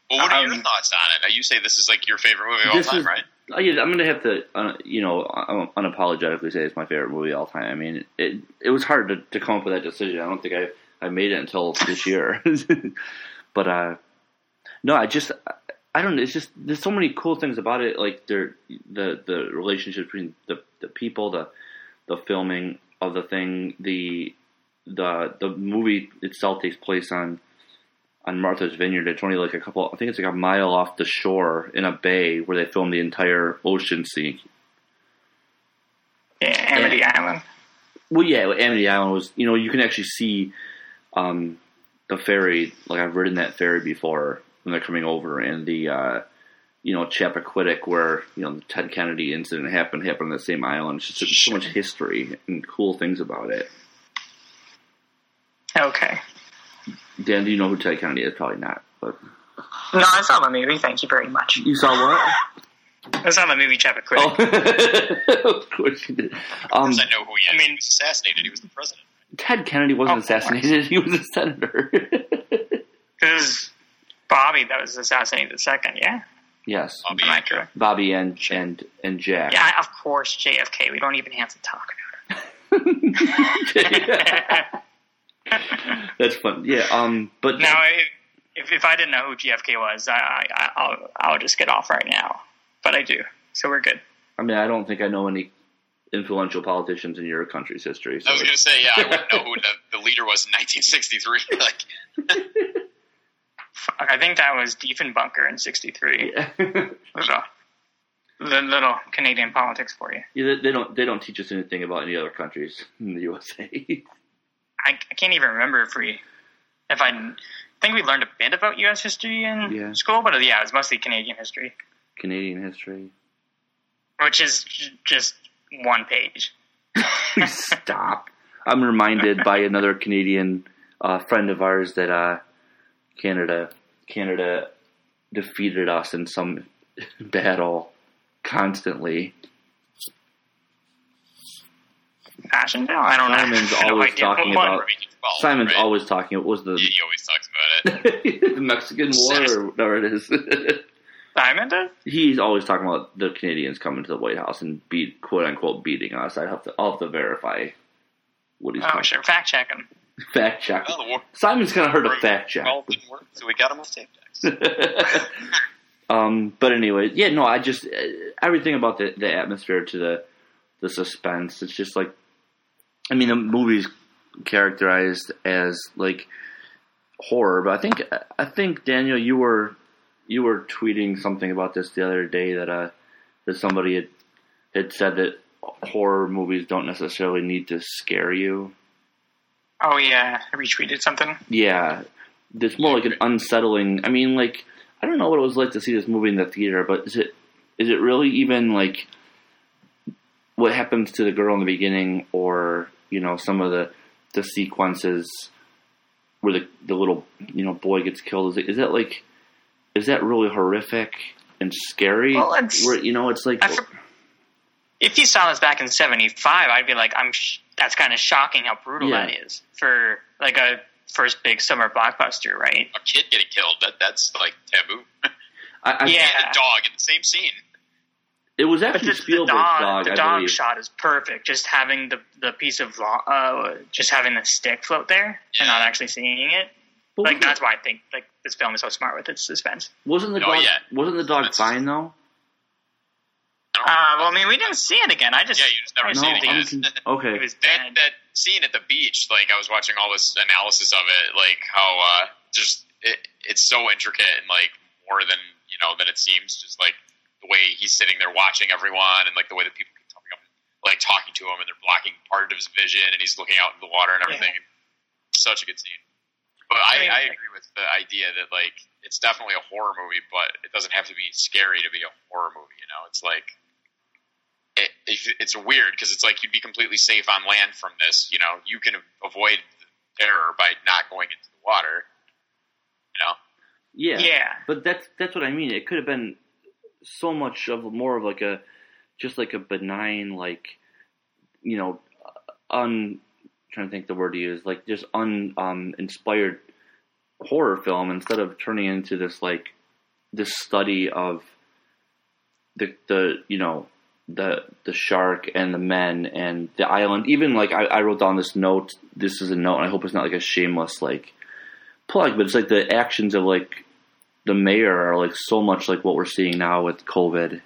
Speaker 3: Well, what are your
Speaker 4: Um,
Speaker 3: thoughts on it? Now, you say this is like your favorite movie of all
Speaker 2: This
Speaker 3: time,
Speaker 2: is-
Speaker 3: right?
Speaker 2: I, I'm gonna have to uh, you know un- unapologetically say it's my favorite movie of all time. I mean, it it was hard to, to come up with that decision. I don't think I I made it until this year. but uh, no, I just I don't. know. It's just there's so many cool things about it, like there the the relationship between the the people, the the filming of the thing, the the the movie itself takes place on on Martha's Vineyard. It's only like a couple. I think it's like a mile off the shore in a bay where they film the entire ocean scene.
Speaker 4: yeah, Amity Island.
Speaker 2: Well, yeah, Amity Island was. You know, you can actually see um, the ferry. Like I've ridden that ferry before when they're coming over, and the uh, you know Chappaquiddick, where you know the Ted Kennedy incident happened, happened on the same island. It's just so much history and cool things about it.
Speaker 4: Okay.
Speaker 2: Dan, do you know who Ted Kennedy is? Probably not. But
Speaker 4: No, I saw the movie. Thank you very much.
Speaker 2: you saw what?
Speaker 4: I saw the movie Chappaquiddick.
Speaker 2: Oh, of course you did. Um,
Speaker 3: Because I know who he is.
Speaker 4: I
Speaker 3: I
Speaker 4: mean-
Speaker 3: mean, he was assassinated. He was the president.
Speaker 2: Ted Kennedy wasn't
Speaker 4: Oh, of course.
Speaker 2: assassinated; he was a senator.
Speaker 4: Because it was Bobby that was assassinated the second, yeah?
Speaker 2: yes,
Speaker 3: I'll be
Speaker 4: Am I correct?
Speaker 2: Bobby and and and Jack.
Speaker 4: Yeah, of course, JFK. We don't even have to talk about it.
Speaker 2: That's fun. Yeah. Um. But
Speaker 4: now, if, if, if I didn't know who JFK was, I, I, I'll, I'll just get off right now. But I do, so we're good.
Speaker 2: I mean, I don't think I know any influential politicians in your country's history. So
Speaker 3: I was going to say, yeah, I wouldn't know who the, the leader was in 1963. like,
Speaker 4: Fuck, I think that was Diefenbunker in 63.
Speaker 2: Yeah.
Speaker 4: Little, li- little Canadian politics for you.
Speaker 2: Yeah, they- they don't. They don't teach us anything about any other countries in the USA.
Speaker 4: I, I can't even remember if we, if I, I think we learned a bit about U.S. history in
Speaker 2: Yeah.
Speaker 4: school, but uh, yeah, it was mostly Canadian history.
Speaker 2: Canadian history.
Speaker 4: which is j- just one page.
Speaker 2: Stop. I'm reminded by another Canadian uh, friend of ours that uh, Canada Canada defeated us in some battle constantly.
Speaker 4: Passion Bill? I don't know.
Speaker 2: Simon's
Speaker 4: I have no
Speaker 2: always
Speaker 4: idea.
Speaker 2: talking
Speaker 4: What-
Speaker 2: about-
Speaker 3: Region 12,
Speaker 2: Simon's
Speaker 3: right?
Speaker 2: always talking. What was the,
Speaker 3: He always talks about it.
Speaker 2: the Mexican War or whatever it is?
Speaker 4: Simon did?
Speaker 2: He's always talking about the Canadians coming to the White House and beat quote unquote beating us. I have to I'll have to verify what he's
Speaker 4: Oh,
Speaker 2: talking.
Speaker 4: sure. Fact check him.
Speaker 2: Fact check.
Speaker 3: Well, the war
Speaker 2: Simon's kind of hard to
Speaker 3: Right.
Speaker 2: fact check.
Speaker 3: well, didn't work, so we got him with tape decks.
Speaker 2: um, but anyway, yeah, no, I just uh, everything about the the atmosphere to the the suspense. It's just like, I mean, the movie's characterized as like horror, but I think I think Daniel, you were you were tweeting something about this the other day that uh that somebody had had said that horror movies don't necessarily need to scare you.
Speaker 4: Oh, yeah. I retweeted something.
Speaker 2: Yeah, it's more like an unsettling. I mean, like I don't know what it was like to see this movie in the theater, but is it is it really even like what happens to the girl in the beginning, or you know some of the the sequences where the the little you know boy gets killed? Is it is that like is that really horrific? and scary.
Speaker 4: Well, it's-
Speaker 2: Where, you know, it's like
Speaker 4: I for- if you saw this back in '75, I'd be like, "I'm." Sh- that's kind of shocking how brutal
Speaker 2: Yeah.
Speaker 4: that is for like a first big summer blockbuster, right?
Speaker 3: A kid getting killed, that that's like taboo.
Speaker 2: I, I,
Speaker 4: Yeah.
Speaker 3: And a dog in the same scene.
Speaker 2: it was
Speaker 4: But
Speaker 2: actually
Speaker 4: just the
Speaker 2: Spielberg's
Speaker 4: dog,
Speaker 2: dog.
Speaker 4: the
Speaker 2: I
Speaker 4: dog
Speaker 2: believe.
Speaker 4: shot is perfect. Just having the the piece of lo- uh, just having the stick float there and not actually seeing it.
Speaker 2: But
Speaker 4: Like
Speaker 2: wasn't,
Speaker 4: that's why I think like this film is so smart with its suspense.
Speaker 2: wasn't the
Speaker 3: No,
Speaker 2: dog?
Speaker 3: Oh, yeah.
Speaker 2: Wasn't the dog
Speaker 3: That's-
Speaker 2: fine though?
Speaker 3: I don't
Speaker 4: Uh, well, I mean, we didn't see it again. I just
Speaker 3: Yeah, you just never
Speaker 4: I
Speaker 3: see
Speaker 2: No,
Speaker 3: it
Speaker 4: don't
Speaker 3: again.
Speaker 2: I'm
Speaker 4: think
Speaker 2: con-
Speaker 4: It
Speaker 2: okay.
Speaker 4: was
Speaker 3: that
Speaker 4: bad.
Speaker 3: that scene at the beach, like I was watching all this analysis of it, like how uh, just it, it's so intricate and like more than you know than it seems. Just like the way he's sitting there watching everyone, and like the way that people keep coming up, like talking to him, and they're blocking part of his vision, and he's looking out into the water and everything. Such a good scene. But
Speaker 4: I
Speaker 3: I,
Speaker 4: mean,
Speaker 3: I
Speaker 4: like-
Speaker 3: agree with the idea that like it's definitely a horror movie, but it doesn't have to be scary to be a horror movie. You know, it's like it, it- it's weird because it's like you'd be completely safe on land from this. You know, you can avoid the terror by not going into the water. You know,
Speaker 2: Yeah.
Speaker 4: yeah.
Speaker 2: But that's that's what I mean. It could have been so much of more of like a just like a benign like you know un trying to think the word to use like just un um, inspired horror film instead of turning into this like this study of the the you know the the shark and the men and the island even like I, I wrote down this note this is a note and I hope it's not like a shameless like plug but it's like the actions of like the mayor are like so much like what we're seeing now with COVID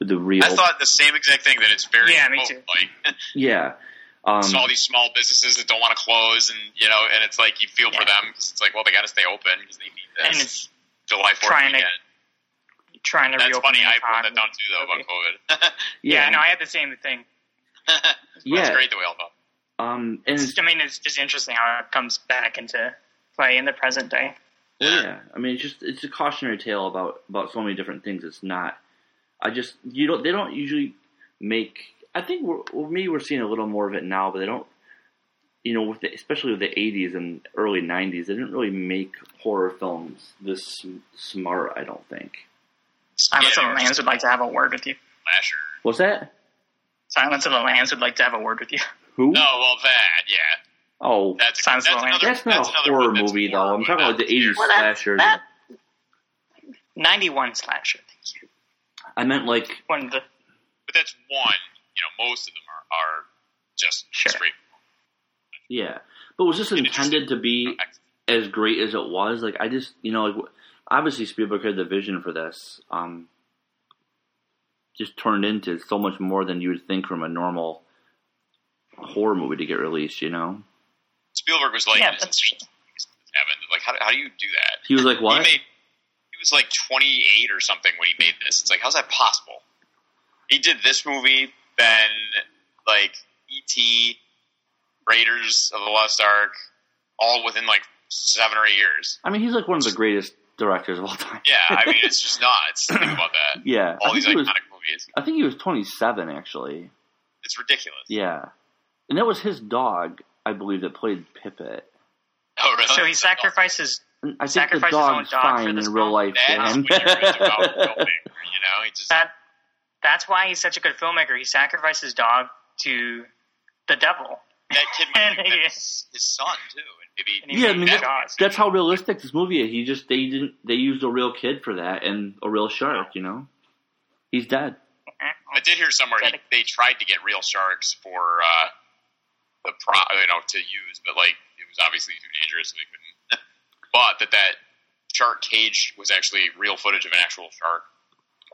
Speaker 2: with the real
Speaker 3: I thought the same exact thing that it's very
Speaker 4: Yeah, me
Speaker 3: remote,
Speaker 4: too.
Speaker 3: like
Speaker 2: yeah um,
Speaker 3: it's all these small businesses that don't want to close, and you know, and it's like you feel for
Speaker 4: Yeah.
Speaker 3: them 'cause it's like well they got to stay open because they need this.
Speaker 4: And it's
Speaker 3: July Fourth
Speaker 4: trying to
Speaker 3: weekend.
Speaker 4: trying to
Speaker 3: That's
Speaker 4: reopen.
Speaker 3: funny.
Speaker 4: the
Speaker 3: I put that
Speaker 4: economy.
Speaker 3: down too though about COVID.
Speaker 4: Yeah, no, I had the same thing.
Speaker 3: That's
Speaker 2: yeah
Speaker 3: great the way all thought.
Speaker 2: um and it's-
Speaker 4: I mean, it's just interesting how it comes back into play in the present day.
Speaker 2: yeah I mean it's just it's a cautionary tale about about so many different things it's not I just you don't they don't usually make I think we're well, maybe we're seeing a little more of it now but they don't you know with the, especially with the 80s and early 90s they didn't really make horror films this sm- smart I don't think
Speaker 4: Silence
Speaker 3: Yeah,
Speaker 4: of the Lambs would like to have a word with you.
Speaker 3: slasher.
Speaker 2: what's that
Speaker 4: Silence of the Lambs would like to have a word with you.
Speaker 2: who
Speaker 3: No, well that yeah.
Speaker 2: oh
Speaker 3: That's a,
Speaker 4: Sounds
Speaker 3: that's
Speaker 4: romantic.
Speaker 3: another,
Speaker 2: That's not
Speaker 3: that's
Speaker 2: a
Speaker 3: another
Speaker 2: horror
Speaker 3: one that's
Speaker 2: movie,
Speaker 3: horror,
Speaker 2: though. I'm
Speaker 3: but
Speaker 2: talking
Speaker 3: not
Speaker 2: about the 80s
Speaker 4: Well, that-
Speaker 2: slashers.
Speaker 4: that- Ninety-one slasher. Thank you.
Speaker 2: I meant, like,
Speaker 4: One of the
Speaker 3: But that's one. You know, most of them are, are just
Speaker 4: Sure.
Speaker 3: straight.
Speaker 2: yeah. But was this
Speaker 3: It just-
Speaker 2: intended to be as great as it was? Like, I just, you know, like, w- obviously Spielberg had the vision for this. Um, just turned into so much more than you would think from a normal horror movie to get released, you know?
Speaker 3: Spielberg was like,
Speaker 4: yeah,
Speaker 3: this
Speaker 4: that's
Speaker 3: is heaven. Like, how, how do you do that?
Speaker 2: He was like,
Speaker 3: He
Speaker 2: what?
Speaker 3: made. He was like 28 or something when he made this. It's like, how's that possible? He did this movie, then like E.T., Raiders of the Lost Ark, all within like seven or eight years.
Speaker 2: I mean, he's like one of the greatest directors of all time.
Speaker 3: Yeah, I mean, it's just nuts. Think about that.
Speaker 2: Yeah. I
Speaker 4: Oh,
Speaker 3: All these
Speaker 2: think he
Speaker 3: iconic
Speaker 2: was,
Speaker 3: movies.
Speaker 2: I think he was 27, actually.
Speaker 3: It's ridiculous.
Speaker 2: Yeah. And that was his dog, I believe, that played Pippet.
Speaker 3: Oh, really?
Speaker 4: so he sacrifices.
Speaker 2: And I think the
Speaker 4: Sacrifice his own
Speaker 2: dog's
Speaker 4: dog for
Speaker 2: fine
Speaker 4: this
Speaker 2: in
Speaker 4: role?
Speaker 2: real life to
Speaker 3: That's
Speaker 2: him.
Speaker 3: when you're really about filmmaker, you know, he just
Speaker 4: That that's why he's such a good filmmaker. He sacrificed his dog to the devil.
Speaker 3: that kid might
Speaker 4: And
Speaker 3: be
Speaker 4: he-
Speaker 3: his his son too, and maybe
Speaker 4: And he
Speaker 2: yeah, I
Speaker 4: made
Speaker 2: mean
Speaker 4: that
Speaker 2: that's,
Speaker 4: dog.
Speaker 2: that's how realistic this movie is. He just they didn't they used a real kid for that and a real shark, you know. He's dead.
Speaker 3: I did hear somewhere he, they tried to get real sharks for uh, the pro, you know, to use, but like it was obviously too dangerous, so they couldn't. but that that shark cage was actually real footage of an actual shark.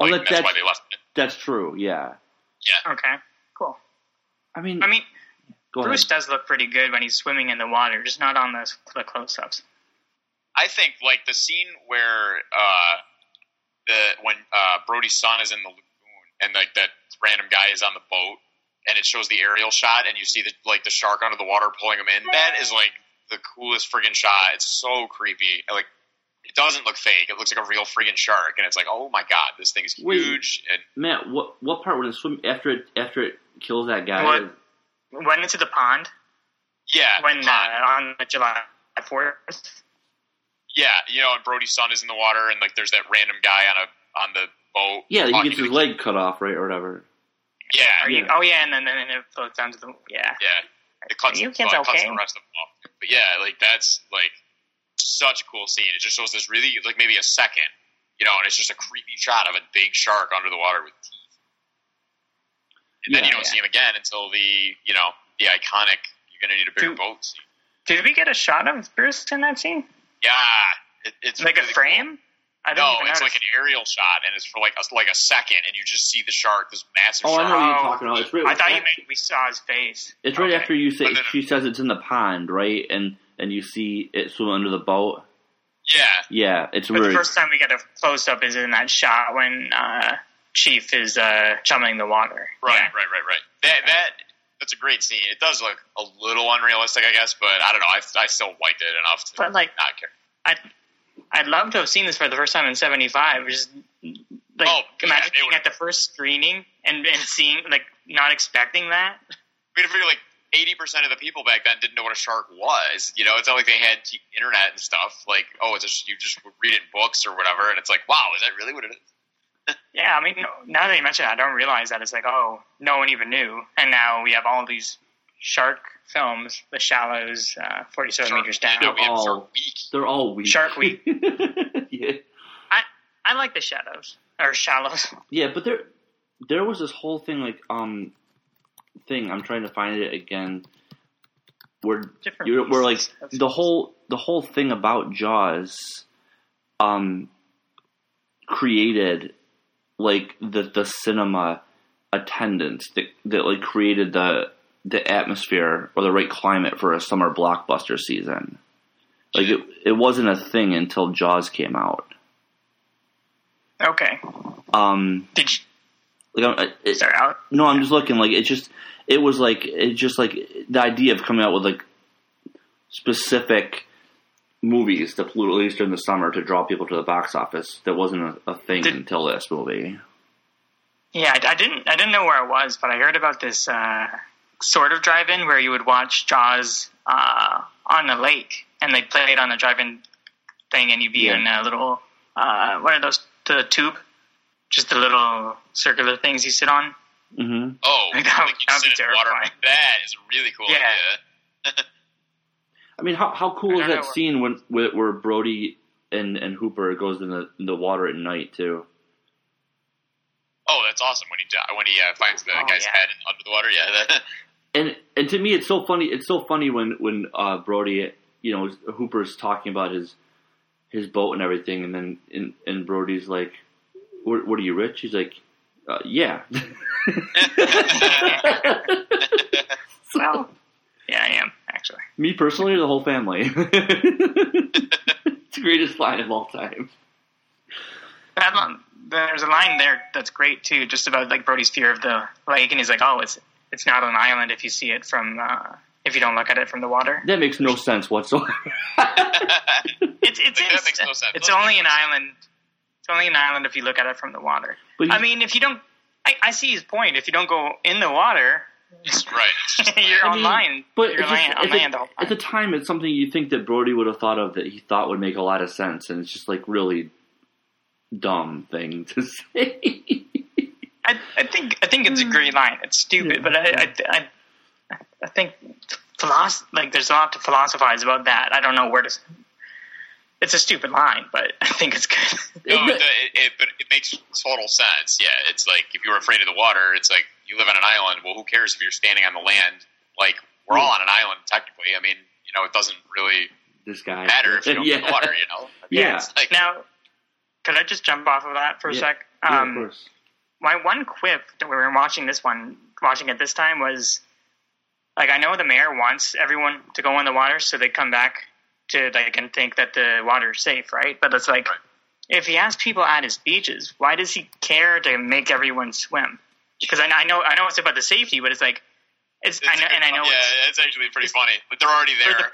Speaker 2: Oh,
Speaker 3: Like,
Speaker 2: that,
Speaker 3: that's,
Speaker 2: that's
Speaker 3: why they left it.
Speaker 2: that's true. Yeah.
Speaker 4: Okay, cool.
Speaker 2: I mean,
Speaker 4: I mean,
Speaker 2: go
Speaker 4: Bruce
Speaker 2: ahead.
Speaker 4: does look pretty good when he's swimming in the water, just not on the, the close-ups.
Speaker 3: I think like the scene where uh, the when uh, Brody's son is in the lagoon and like that random guy is on the boat and it shows the aerial shot and you see the like the shark under the water pulling him in. That is like the coolest friggin' shot. It's so creepy. And, Like it doesn't look fake. It looks like a real friggin' shark and it's like oh my god, this thing is
Speaker 2: Wait.
Speaker 3: huge. And
Speaker 2: Matt, what what part when it swim after it after it kills that guy?
Speaker 4: What? Went into the pond
Speaker 3: yeah,
Speaker 4: when uh,
Speaker 3: hot.
Speaker 4: on July fourth.
Speaker 3: Yeah, you know, and Brody's son is in the water, and like there's that random guy on a on the boat.
Speaker 2: Yeah,
Speaker 4: Oh,
Speaker 2: he
Speaker 3: talking
Speaker 2: gets
Speaker 3: to
Speaker 2: his
Speaker 3: the-
Speaker 2: leg cut off, right, or whatever.
Speaker 3: Yeah,
Speaker 4: Are you?
Speaker 2: Yeah.
Speaker 4: Oh yeah, and then and then it floats down to the yeah.
Speaker 3: yeah. It cuts,
Speaker 4: you
Speaker 3: the-
Speaker 4: kids
Speaker 3: it cuts
Speaker 4: okay?
Speaker 3: the rest of them off. But yeah, like that's like such a cool scene. It just shows this really like maybe a second, you know, and it's just a creepy shot of a big shark under the water with teeth. And then
Speaker 2: Yeah,
Speaker 3: you don't
Speaker 4: yeah.
Speaker 3: see him again until the you know the iconic. You're gonna need a bigger
Speaker 4: Dude.
Speaker 3: boat scene.
Speaker 4: Did we get a shot of Bruce in that scene?
Speaker 3: Yeah, it, it's
Speaker 4: Like a
Speaker 3: really
Speaker 4: frame? I
Speaker 3: Cool.
Speaker 4: don't
Speaker 3: No,
Speaker 4: even
Speaker 3: it's like
Speaker 4: notice.
Speaker 3: an aerial shot, and it's for like a, like a second, and you just see the shark, this massive
Speaker 2: Oh, I
Speaker 3: shark.
Speaker 2: know what you're
Speaker 4: Oh,
Speaker 2: talking about. It's right,
Speaker 4: I thought you
Speaker 2: after-
Speaker 4: meant we saw his face.
Speaker 2: It's right
Speaker 3: okay.
Speaker 2: after you say
Speaker 3: But then-
Speaker 2: she says it's in the pond, right? And and you see it swim under the boat.
Speaker 3: Yeah,
Speaker 2: Yeah, it's
Speaker 4: But the
Speaker 2: weird.
Speaker 4: first time we get a close up is in that shot when uh, Chief is uh, chumming the water.
Speaker 3: Right, right, right, right. That that that's a great scene. It does look a little unrealistic, I guess, but I don't know. I, I still liked it enough to
Speaker 4: But, like,
Speaker 3: not care.
Speaker 4: I'd, I'd love to have seen this for the first time in 75. Just, like,
Speaker 3: Oh, yeah,
Speaker 4: imagine
Speaker 3: it
Speaker 4: being
Speaker 3: would-
Speaker 4: at the first screening and, and seeing, like, not expecting that.
Speaker 3: I mean, if you're like eighty percent of the people back then didn't know what a shark was. You know, it's not like they had t- internet and stuff. Like, oh, it's just you just read it in books or whatever, and it's like, wow, is that really what it is?
Speaker 4: Yeah, I mean, no- now that you mention it, I don't realize that. It's like, oh, no one even knew. And now we have all these shark films, The Shallows, uh, 47
Speaker 3: Shark-
Speaker 4: Meters Down.
Speaker 3: Yeah, we have
Speaker 2: Oh.
Speaker 3: Shark Week.
Speaker 2: They're all weak.
Speaker 4: Shark Week.
Speaker 2: yeah.
Speaker 4: I like The Shadows, or Shallows.
Speaker 2: Yeah, but there there was this whole thing like um thing, I'm trying to find it again. Where
Speaker 4: Different
Speaker 2: you were like
Speaker 4: pieces of-
Speaker 2: the whole the whole thing about Jaws um created like the the cinema attendance that that like created the the atmosphere or the right climate for a summer blockbuster season. Like it, it wasn't a thing until Jaws came out.
Speaker 4: Okay.
Speaker 2: Um,
Speaker 4: Did you
Speaker 2: like I- I- it,
Speaker 4: start out?
Speaker 2: No, I'm just looking. Like it just, it was like it just like the idea of coming out with like specific movies to release during the summer to draw people to the box office. That wasn't a, a thing
Speaker 4: Did-
Speaker 2: until this movie.
Speaker 4: Yeah, I, I didn't. I didn't know where I was, but I heard about this uh, sort of drive-in where you would watch Jaws uh, on the lake, and they play it on the drive-in thing, and you'd be
Speaker 2: Yeah.
Speaker 4: in a little uh, what are those? The tube, just the little circular things you sit on. Mm-hmm.
Speaker 2: hmm
Speaker 3: Oh,
Speaker 4: That
Speaker 3: like
Speaker 4: would-
Speaker 3: you
Speaker 4: that would
Speaker 3: sit
Speaker 4: be
Speaker 3: in water.
Speaker 4: terrifying.
Speaker 3: That is a really cool
Speaker 4: Yeah.
Speaker 3: idea.
Speaker 2: I mean, how how cool
Speaker 4: I
Speaker 2: is
Speaker 4: don't
Speaker 2: that
Speaker 4: know.
Speaker 2: scene when where, where Brody and and Hooper goes in the in the water at night too?
Speaker 3: Oh, that's awesome when he di- when he uh, finds the
Speaker 4: Oh,
Speaker 3: guy's
Speaker 4: yeah.
Speaker 3: head under the water. Yeah, that,
Speaker 2: and and to me it's so funny it's so funny when when uh brody you know hooper's talking about his his boat and everything and then and, and brody's like what, what are you rich he's like uh, yeah
Speaker 4: Well, yeah, I am actually.
Speaker 2: me personally or the whole family it's the greatest line of all time
Speaker 4: But I love- there's a line there that's great too, just about like Brody's fear of the lake, and he's like, "Oh, it's it's not an island if you see it from uh, if you don't look at it from the water."
Speaker 2: that makes no sense whatsoever
Speaker 4: It's it's
Speaker 3: Like, that makes no sense.
Speaker 4: it's
Speaker 3: Doesn't
Speaker 4: only
Speaker 3: make
Speaker 4: an island. It's only an island if you look at it from the water.
Speaker 2: but you,
Speaker 4: I mean, if you don't, I, I see his point. If you don't go in the water,
Speaker 3: right. It's just-
Speaker 4: you're
Speaker 2: I
Speaker 4: on
Speaker 2: mean,
Speaker 4: land.
Speaker 2: but
Speaker 4: you're
Speaker 2: it's
Speaker 4: land,
Speaker 2: just-
Speaker 4: on
Speaker 2: it's a-
Speaker 4: land all
Speaker 2: at
Speaker 4: the
Speaker 2: the
Speaker 4: time.
Speaker 2: time it's something you think that brody would have thought of that he thought would make a lot of sense and it's just like really dumb thing to say
Speaker 4: I, I think I think it's a great line. It's stupid,
Speaker 2: Yeah.
Speaker 4: but I I, I I think philosoph- like there's a lot to philosophize about that. I don't know where to. s- It's a stupid line, but I think it's good.
Speaker 3: No,
Speaker 2: It-
Speaker 3: it, it, it, but it makes total sense. Yeah, it's like if you were afraid of the water, it's like you live on an island. Well, who cares if you're standing on the land? Like we're all on an island technically. I mean, you know, it doesn't really
Speaker 2: this guy.
Speaker 3: matter if you don't
Speaker 2: yeah.
Speaker 3: get in the water. You know,
Speaker 2: Yeah.
Speaker 3: It's like,
Speaker 4: now, could I just jump off of that for a
Speaker 2: Yeah.
Speaker 4: sec? Um,
Speaker 2: Yeah, of course.
Speaker 4: my one quip that we were watching this one watching it this time was like I know the mayor wants everyone to go in the water so they come back to like and think that the water's safe, right? But it's like
Speaker 3: Right.
Speaker 4: if he asks people at his beaches, why does he care to make everyone swim? Because I, I know I know it's about the safety, but it's like it's,
Speaker 3: it's
Speaker 4: I know
Speaker 3: a good
Speaker 4: and I
Speaker 3: point.
Speaker 4: know
Speaker 3: yeah,
Speaker 4: it's
Speaker 3: it's actually pretty funny. But they're already
Speaker 4: For
Speaker 3: there,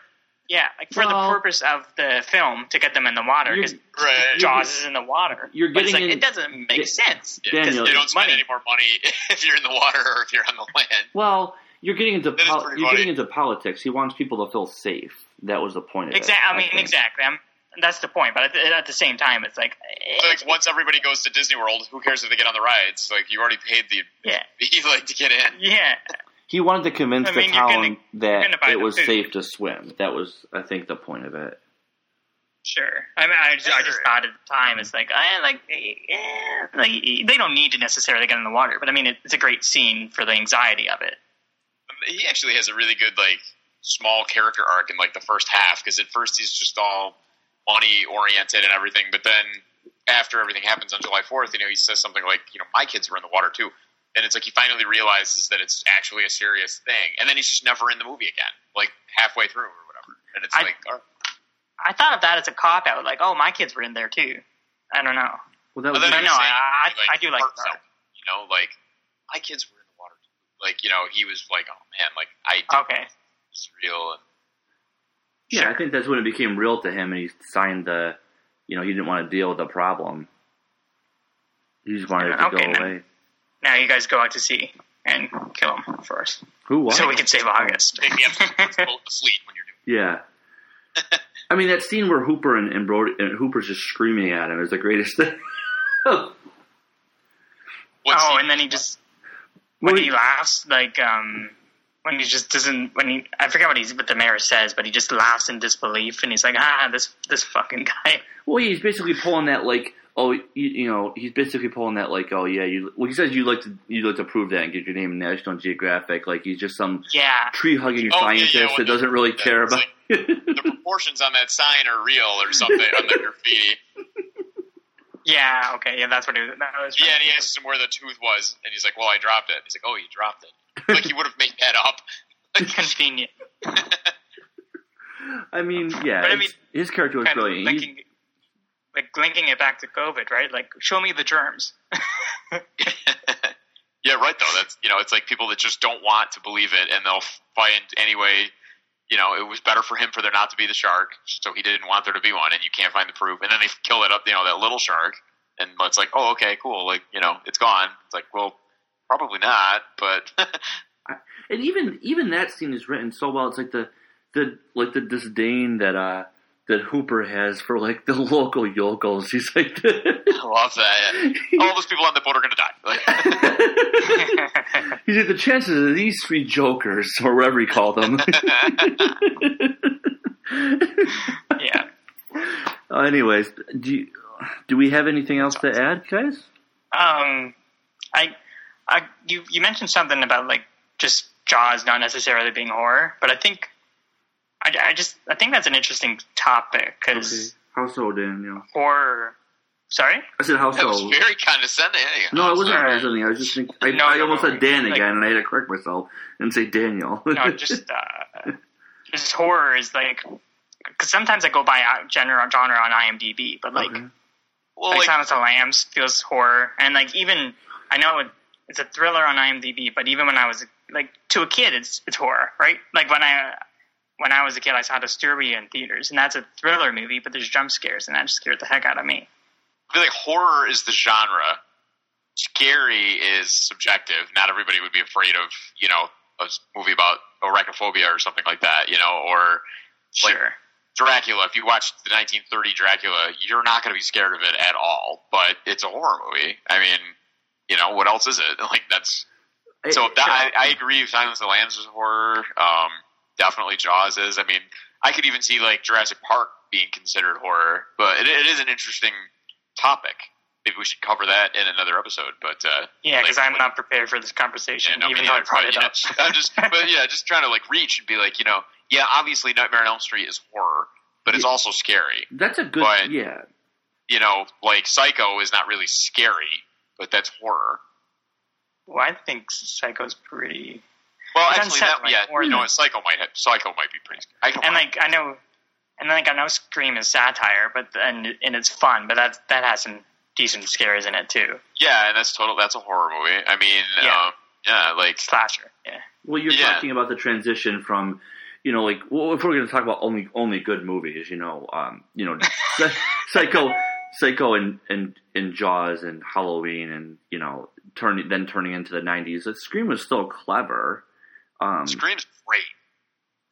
Speaker 4: yeah like for
Speaker 2: Well-
Speaker 4: the purpose of the film to get them in the water
Speaker 2: You're-
Speaker 4: because
Speaker 3: right?
Speaker 4: Jaws is in the water.
Speaker 2: You're
Speaker 4: But it's
Speaker 2: getting
Speaker 4: like,
Speaker 2: in-
Speaker 4: it doesn't make
Speaker 2: Yeah.
Speaker 4: sense.
Speaker 3: Yeah,
Speaker 4: 'cause
Speaker 2: Daniel,
Speaker 3: You don't spend
Speaker 4: money.
Speaker 3: any more money if you're in the water or if you're on the land.
Speaker 2: Well, you're getting into
Speaker 3: That is
Speaker 2: pol-
Speaker 3: pretty
Speaker 2: you're
Speaker 3: funny.
Speaker 2: getting into politics. He wants people to feel safe. That was the point of it.
Speaker 4: Exactly. I mean,
Speaker 2: think.
Speaker 4: exactly. I'm that's the point. But at the, at the same time, it's like,
Speaker 3: So, like once everybody goes to Disney World, who cares if they get on the rides? Like you already paid the
Speaker 4: yeah,
Speaker 3: like to get in.
Speaker 4: yeah,
Speaker 2: He wanted to convince
Speaker 4: I mean,
Speaker 2: the
Speaker 4: you're
Speaker 2: town
Speaker 4: gonna- gonna
Speaker 2: that
Speaker 4: buy
Speaker 2: it
Speaker 4: the
Speaker 2: was
Speaker 4: food.
Speaker 2: safe to swim. That was, I think, the point of it.
Speaker 4: sure. I mean, I just, I just thought at the time, it's like, I like, eh, like they don't need to necessarily get in the water, but I mean, it, it's a great scene for the anxiety of it.
Speaker 3: He actually has a really good like small character arc in like the first half because at first he's just all money oriented and everything, but then after everything happens on July Fourth, you know he says something like, you know, my kids were in the water too, and it's like he finally realizes that it's actually a serious thing, and then he's just never in the movie again, like halfway through or whatever, and it's
Speaker 4: I-
Speaker 3: like, "Oh, all right.
Speaker 4: I thought of that as a cop out, like, oh, my kids were in there too. I don't know.
Speaker 2: Well, that
Speaker 3: But
Speaker 2: was
Speaker 3: then
Speaker 4: I
Speaker 3: he
Speaker 4: know,
Speaker 3: was
Speaker 4: I- I-
Speaker 3: saying,
Speaker 4: I do like
Speaker 3: heartfelt,
Speaker 4: Dark.
Speaker 3: You know, like my kids were in the water. too. Like you know, he was like, oh man, like I did
Speaker 4: Okay.
Speaker 3: this real. And,
Speaker 2: yeah.
Speaker 4: sure.
Speaker 2: I think that's when it became real to him, and he signed the, you know, he didn't want to deal with the problem. He just wanted it to
Speaker 4: Okay,
Speaker 2: go
Speaker 4: then.
Speaker 2: away.
Speaker 4: Now you guys go out to sea and kill him first,
Speaker 2: Who was?
Speaker 4: so we can save August.
Speaker 3: take the episodes full of fleet when you're doing.
Speaker 2: Yeah. I mean, that scene where Hooper and, and Brody and Hooper's just screaming at him is the greatest thing.
Speaker 3: What
Speaker 4: oh,
Speaker 3: scene?
Speaker 4: and then he just when
Speaker 2: Well,
Speaker 4: he laughs, like um, when he just doesn't. When he, I forget what he's what the mayor says, but he just laughs in disbelief, and he's like, ah, this this fucking guy.
Speaker 2: well, he's basically pulling that like, oh, you, you know, he's basically pulling that like, oh yeah, you. Well, he says you like to you like to prove that and get your name in National Geographic. Like he's just some
Speaker 4: Yeah,
Speaker 2: tree hugging
Speaker 3: Oh, yeah, yeah,
Speaker 2: scientist
Speaker 3: what
Speaker 2: that
Speaker 3: the-
Speaker 2: doesn't really
Speaker 3: yeah,
Speaker 2: care
Speaker 3: it's
Speaker 2: about.
Speaker 3: the proportions on that sign are real or something on the graffiti.
Speaker 4: yeah, okay, yeah, that's what he was. That was
Speaker 3: Yeah, and he asks him where the tooth was, and he's like, "Well, I dropped it." He's like, "Oh, you dropped it." Like he would have made that up.
Speaker 4: convenient.
Speaker 2: I mean, yeah,
Speaker 4: But I
Speaker 2: it's-
Speaker 4: mean,
Speaker 2: his character was
Speaker 4: Kind of
Speaker 2: brilliant. He-
Speaker 4: linking, like linking it back to COVID, right? Like, show me the germs.
Speaker 3: Yeah, right. Though that's you know, it's like people that just don't want to believe it, and they'll find anyway. You know, it was better for him for there not to be the shark, so he didn't want there to be one, and you can't find the proof. And then they kill that up, you know, that little shark, and it's like, oh, okay, cool, like you know, it's gone. It's like, well, probably not, but
Speaker 2: and even even that scene is written so well. It's like the the like the disdain that uh that Hooper has for like the local yokels. He's like,
Speaker 3: I love that.
Speaker 4: Oh.
Speaker 3: All those people on the boat are gonna die. Like,
Speaker 2: he's like the chances of these three jokers or whatever he called them.
Speaker 4: yeah.
Speaker 2: Uh, anyways, do you, do we have anything else to add, guys?
Speaker 4: Um, I, I, you, you mentioned something about like just Jaws not necessarily being horror, but I think, I, I just, I think that's an interesting topic because
Speaker 2: How so, Daniel?
Speaker 4: horror. Sorry.
Speaker 2: I said how
Speaker 3: that was
Speaker 2: so.
Speaker 3: very condescending. eh?
Speaker 2: No, it wasn't
Speaker 4: Sorry.
Speaker 2: condescending. I was just think I,
Speaker 4: No,
Speaker 2: I
Speaker 4: no,
Speaker 2: almost
Speaker 4: no.
Speaker 2: said Dan
Speaker 4: Like-
Speaker 2: again, and I had to correct myself and say Daniel.
Speaker 4: No, just, uh, just horror is like. Because sometimes I go by uh, genre genre on IMDb, but like,
Speaker 2: Okay.
Speaker 3: Well,
Speaker 4: like
Speaker 3: like,
Speaker 4: Silence of the Lambs feels horror, and like even I know it, it's a thriller on IMDb, but even when I was like to a kid, it's it's horror, right? Like when I when I was a kid, I saw Disturbia in theaters, and that's a thriller movie, but there's jump scares, and that just scared the heck out of me.
Speaker 3: I feel like horror is the genre. Scary is subjective. Not everybody would be afraid of, you know, a s- movie about arachnophobia or something like that, you know, or
Speaker 4: Sure,
Speaker 3: Like- Dracula. If you watch the 1930 Dracula, you're not going to be scared of it at all. But it's a horror movie. I mean, you know, what else is it? Like that's so. That, I, I agree. with Silence of the Lambs is horror. Um, definitely Jaws is. I mean, I could even see like Jurassic Park being considered horror. But it, it is an interesting topic. Maybe we should cover that in another episode. But uh,
Speaker 4: yeah, because
Speaker 3: like-
Speaker 4: I'm not prepared for this
Speaker 3: yeah,
Speaker 4: conversation,
Speaker 3: no,
Speaker 4: even
Speaker 3: me
Speaker 4: though I
Speaker 3: neither,
Speaker 4: brought
Speaker 3: but
Speaker 4: it
Speaker 3: yeah,
Speaker 4: up.
Speaker 3: I'm just, but yeah, just trying to like reach and be like, you know, yeah, obviously Nightmare on Elm Street is horror, but it's also scary.
Speaker 2: That's a good.
Speaker 3: But-
Speaker 2: yeah,
Speaker 3: You know, like Psycho is not really scary, but that's horror.
Speaker 4: Well, I think Psycho's pretty,
Speaker 3: Well,
Speaker 4: It's
Speaker 3: actually, that,
Speaker 4: unsettling,
Speaker 3: yeah,
Speaker 4: horror.
Speaker 3: you know, what, Psycho might have, Psycho might be pretty. Scary. I don't
Speaker 4: and
Speaker 3: know.
Speaker 4: like I know, and like I know Scream is satire, but and and it's fun, but that that has some decent scares in it too.
Speaker 3: yeah, and that's total. That's a horror movie. I mean,
Speaker 4: Yeah.
Speaker 3: yeah, um, yeah like
Speaker 4: Slasher, yeah.
Speaker 2: Well, you're
Speaker 3: Yeah.
Speaker 2: talking about the transition from, you know, like well, if we're going to talk about only only good movies, you know, um, you know, Psycho, Psycho, and and and Jaws and Halloween, and you know, turning then turning into the '90s. That Scream was still clever. Um,
Speaker 3: Scream's great.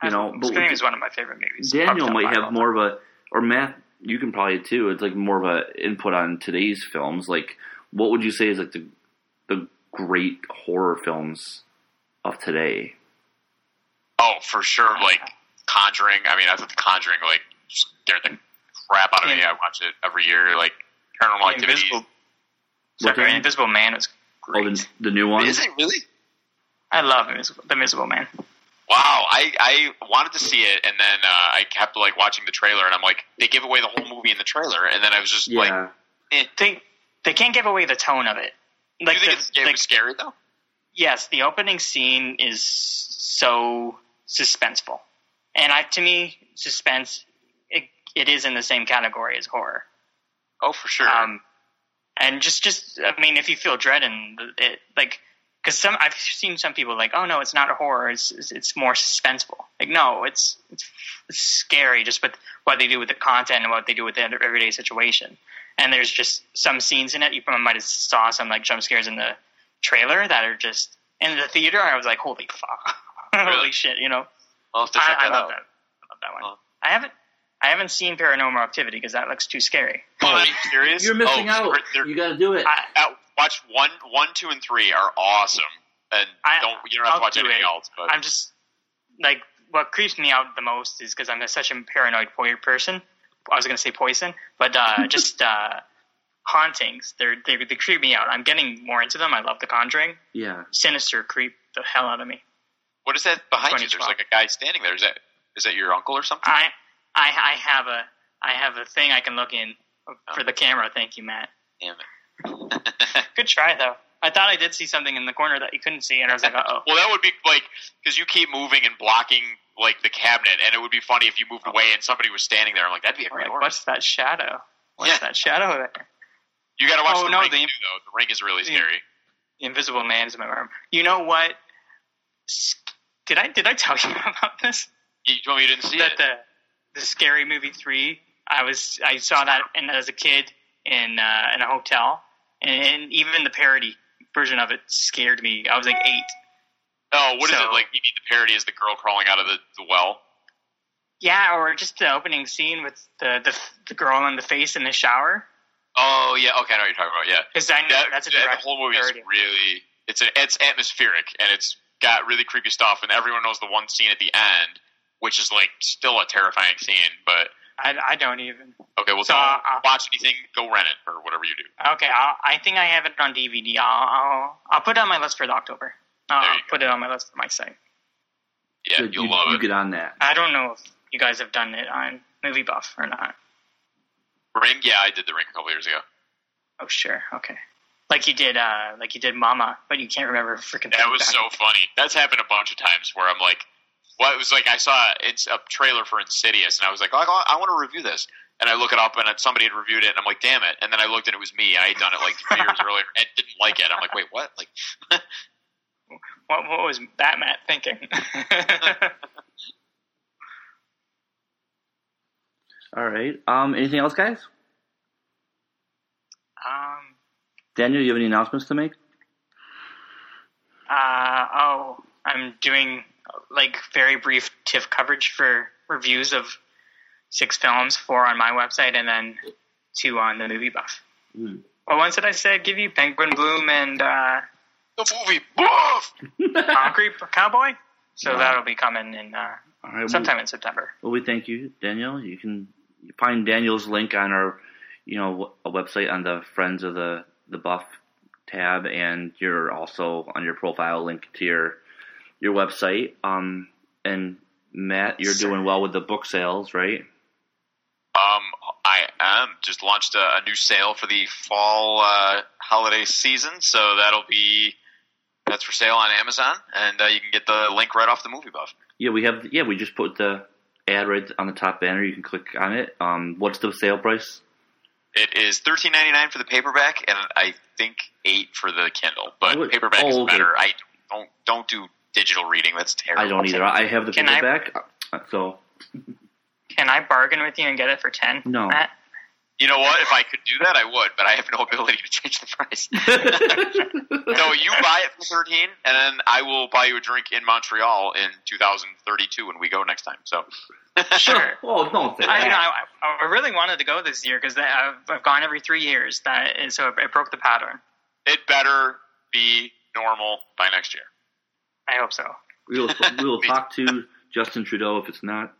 Speaker 2: You know, but-
Speaker 4: Scream is one of my favorite movies.
Speaker 2: Daniel
Speaker 4: Probably
Speaker 2: might
Speaker 4: not
Speaker 2: have
Speaker 4: mine.
Speaker 2: more of a or Matt you can probably too. It's like more of a input on today's films. Like, what would you say is like the the great horror films of today?
Speaker 3: Oh, for sure. Like Conjuring. I mean, I thought the Conjuring like scared the crap out of me.
Speaker 4: Yeah.
Speaker 3: I watch it every year. Like Paranormal
Speaker 4: The
Speaker 3: Activity.
Speaker 4: Invisible,
Speaker 2: What's
Speaker 4: sorry,
Speaker 2: that?
Speaker 4: Invisible Man is
Speaker 2: Oh,
Speaker 4: great.
Speaker 2: the, the new one.
Speaker 3: Is it really?
Speaker 4: I love Invisible, the Invisible Man.
Speaker 3: Wow, I, I wanted to see it, and then uh, I kept like watching the trailer, and I'm like, they give away the whole movie in the trailer, and then I was just
Speaker 2: Yeah,
Speaker 3: like,
Speaker 4: They they can't give away the tone of it.
Speaker 3: do
Speaker 4: Like
Speaker 3: you think
Speaker 4: the-
Speaker 3: it's, it
Speaker 4: like-
Speaker 3: was scary though?
Speaker 4: yes, the opening scene is so suspenseful, and I to me suspense it, it is in the same category as horror.
Speaker 3: Oh, for sure.
Speaker 4: Um, and just just I mean, if you feel dread and it like because some I've seen some people like, oh no, it's not horror. It's it's, it's more suspenseful. Like no, it's, it's it's scary just with what they do with the content and what they do with the everyday situation. And there's just some scenes in it. You probably might have saw some like jump scares in the trailer that are just in the theater. I was like, holy fuck,
Speaker 3: Really?
Speaker 4: holy shit, you know.
Speaker 3: I'll have to check
Speaker 4: I, I
Speaker 3: that
Speaker 4: love
Speaker 3: out.
Speaker 4: that. I love that one.
Speaker 3: Huh.
Speaker 4: I haven't I haven't seen Paranormal Activity because that looks too scary.
Speaker 3: Oh, are you serious?
Speaker 2: you're missing
Speaker 3: Oh,
Speaker 2: out.
Speaker 3: they're-
Speaker 2: you got to do it.
Speaker 4: I,
Speaker 3: uh, watch one, one, two, and three are awesome, and
Speaker 4: I-
Speaker 3: don't you don't have
Speaker 4: I'll
Speaker 3: to watch
Speaker 4: do
Speaker 3: anything
Speaker 4: it.
Speaker 3: else. But
Speaker 4: I'm just like what creeps me out the most is because I'm a- such a paranoid po- person. I was gonna say poison, but uh, just uh, hauntings. They're, they they creep me out. I'm getting more into them. I love The Conjuring.
Speaker 2: yeah,
Speaker 4: Sinister creep the hell out of me.
Speaker 3: what is that behind you? There's
Speaker 4: 2012.
Speaker 3: like a guy standing there. Is that is that your uncle or something?
Speaker 4: I I I have a I have a thing I can look in for the camera. Thank you, Matt.
Speaker 3: Damn it.
Speaker 4: Good try though. I thought I did see something in the corner that you couldn't see, and I was like, uh oh.
Speaker 3: Well, that would be like because you keep moving and blocking like the cabinet, and it would be funny if you moved away and somebody was standing there. I'm like, that'd be a great
Speaker 4: Like,
Speaker 3: horror.
Speaker 4: what's that shadow? What's
Speaker 3: Yeah.
Speaker 4: that shadow there?
Speaker 3: You got to watch
Speaker 4: Oh,
Speaker 3: the
Speaker 4: no,
Speaker 3: ring
Speaker 4: the-
Speaker 3: too, though. The ring is really
Speaker 4: the-
Speaker 3: scary.
Speaker 4: The Invisible Man is in my room. You know what? S- Did I did I tell you about this?
Speaker 3: You told me you didn't see
Speaker 4: that
Speaker 3: it.
Speaker 4: the the scary movie three. I was I saw that in, as a kid in uh, in a hotel, and even the parody version of it scared me. I was like eight.
Speaker 3: no, Oh, what is
Speaker 4: so-
Speaker 3: it like? You need the parody is the girl crawling out of the, the well.
Speaker 4: Yeah, or just the opening scene with the the, the girl in the face in the shower.
Speaker 3: Oh yeah, okay, I know what you're talking about. Yeah,
Speaker 4: Because I know
Speaker 3: that,
Speaker 4: that's a
Speaker 3: that
Speaker 4: direct
Speaker 3: whole movie is
Speaker 4: parody.
Speaker 3: really it's an, it's atmospheric and it's got really creepy stuff. And everyone knows the one scene at the end, which is like still a terrifying scene. But
Speaker 4: I, I don't even.
Speaker 3: okay, well,
Speaker 4: So,
Speaker 3: don't
Speaker 4: uh,
Speaker 3: watch anything. Go rent it or whatever you do.
Speaker 4: Okay, I'll, I think I have it on DVD. I'll I'll, I'll put it on my list for the October. I'll,
Speaker 3: There you
Speaker 4: I'll put it on my list for my site.
Speaker 3: Yeah,
Speaker 2: Good,
Speaker 3: you'll
Speaker 2: you,
Speaker 3: love
Speaker 2: you
Speaker 3: it.
Speaker 2: get on that.
Speaker 4: I don't know if you guys have done it on Movie Buff or not.
Speaker 3: Ring, yeah, I did the ring a couple years ago.
Speaker 4: Oh sure, okay. Like you did, uh, like you did Mama, but you can't remember a freaking.
Speaker 3: That
Speaker 4: thing
Speaker 3: was
Speaker 4: back.
Speaker 3: so funny. That's happened a bunch of times where I'm like, well, it was like I saw it's a trailer for Insidious, and I was like, oh, I want to review this, and I look it up, and somebody had reviewed it, and I'm like, damn it, and then I looked, and it was me. I had done it like three years earlier, and didn't like it. I'm like, wait, what? Like,
Speaker 4: What, what was that Matt thinking?
Speaker 2: All right. Um, anything else, guys?
Speaker 4: um.
Speaker 2: Daniel, you have any announcements to make?
Speaker 4: Uh, oh, I'm doing like very brief TIFF coverage for reviews of six films, four on my website, and then two on the movie buff.
Speaker 2: Hmm.
Speaker 4: What ones did I say? I'd Give you Penguin Bloom and uh,
Speaker 3: the movie, woof!
Speaker 4: Concrete Cowboy. So
Speaker 2: Wow.
Speaker 4: that'll be coming in uh,
Speaker 2: All right. well-
Speaker 4: sometime in September.
Speaker 2: Well, we thank you, Daniel. You can find Daniel's link on our, you know, a website on the Friends of the the Buff tab, and you're also on your profile link to your your website. Um, and Matt, you're doing well with the book sales, right?
Speaker 3: Um, I am just launched a, a new sale for the fall uh, holiday season, so that'll be that's for sale on Amazon, and uh, you can get the link right off the movie buff.
Speaker 2: Yeah, we have. Yeah, we just put the ad right on the top banner. You can click on it. Um, what's the sale price?
Speaker 3: It is thirteen ninety nine for the paperback, and I think eight for the Kindle. But
Speaker 2: I would-
Speaker 3: paperback is
Speaker 2: oh, okay.
Speaker 3: better. I don't don't do digital reading. That's terrible.
Speaker 2: I don't either. I have the
Speaker 4: Can I-
Speaker 2: paperback, uh, so
Speaker 4: Can I bargain with you and get it for ten?
Speaker 2: No.
Speaker 4: Matt?
Speaker 3: You know what? If I could do that, I would, but I have no ability to change the price. no, you buy it for thirteen, and then I will buy you a drink in Montreal in 2032 when we go next time. So
Speaker 4: Sure.
Speaker 2: Oh, don't say
Speaker 4: I, you know,
Speaker 2: that.
Speaker 4: I, I really wanted to go this year because I've, I've gone every three years. That is, so it broke the pattern.
Speaker 3: it better be normal by next year.
Speaker 4: I hope so.
Speaker 2: We will we will talk to Justin Trudeau if it's not.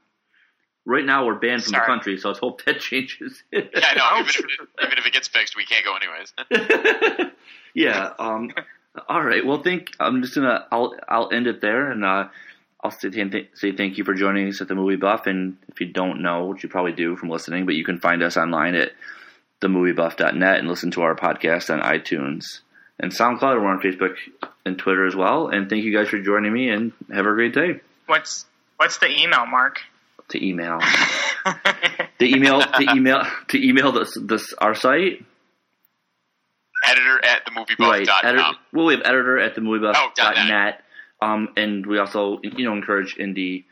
Speaker 2: Right now, we're banned from
Speaker 4: Sorry.
Speaker 2: the country, so let's hope that changes.
Speaker 3: Yeah, I know. even, if it, even if it gets fixed, we can't go anyways.
Speaker 2: yeah. Um, all right. Well, think I'm just gonna I'll I'll end it there, and uh, I'll say, th- say thank you for joining us at the Movie Buff. And if you don't know, which you probably do from listening, but you can find us online at themoviebuff.net and listen to our podcast on iTunes and SoundCloud. We're on Facebook and Twitter as well. And thank you guys for joining me, and have a great day.
Speaker 4: What's what's the email, Mark?
Speaker 2: To email the email to email to email this this our site
Speaker 3: Editor at
Speaker 2: right
Speaker 3: themoviebuff.com.
Speaker 2: editor, well we have editor at the
Speaker 3: Oh, dot net.
Speaker 2: um and we also you know encourage indie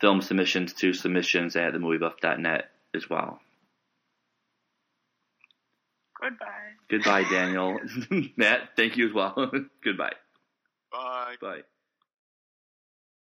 Speaker 2: film submissions to submissions at the moviebuff.net as well
Speaker 4: Goodbye.
Speaker 2: goodbye daniel matt thank you as well goodbye
Speaker 3: Bye.
Speaker 2: bye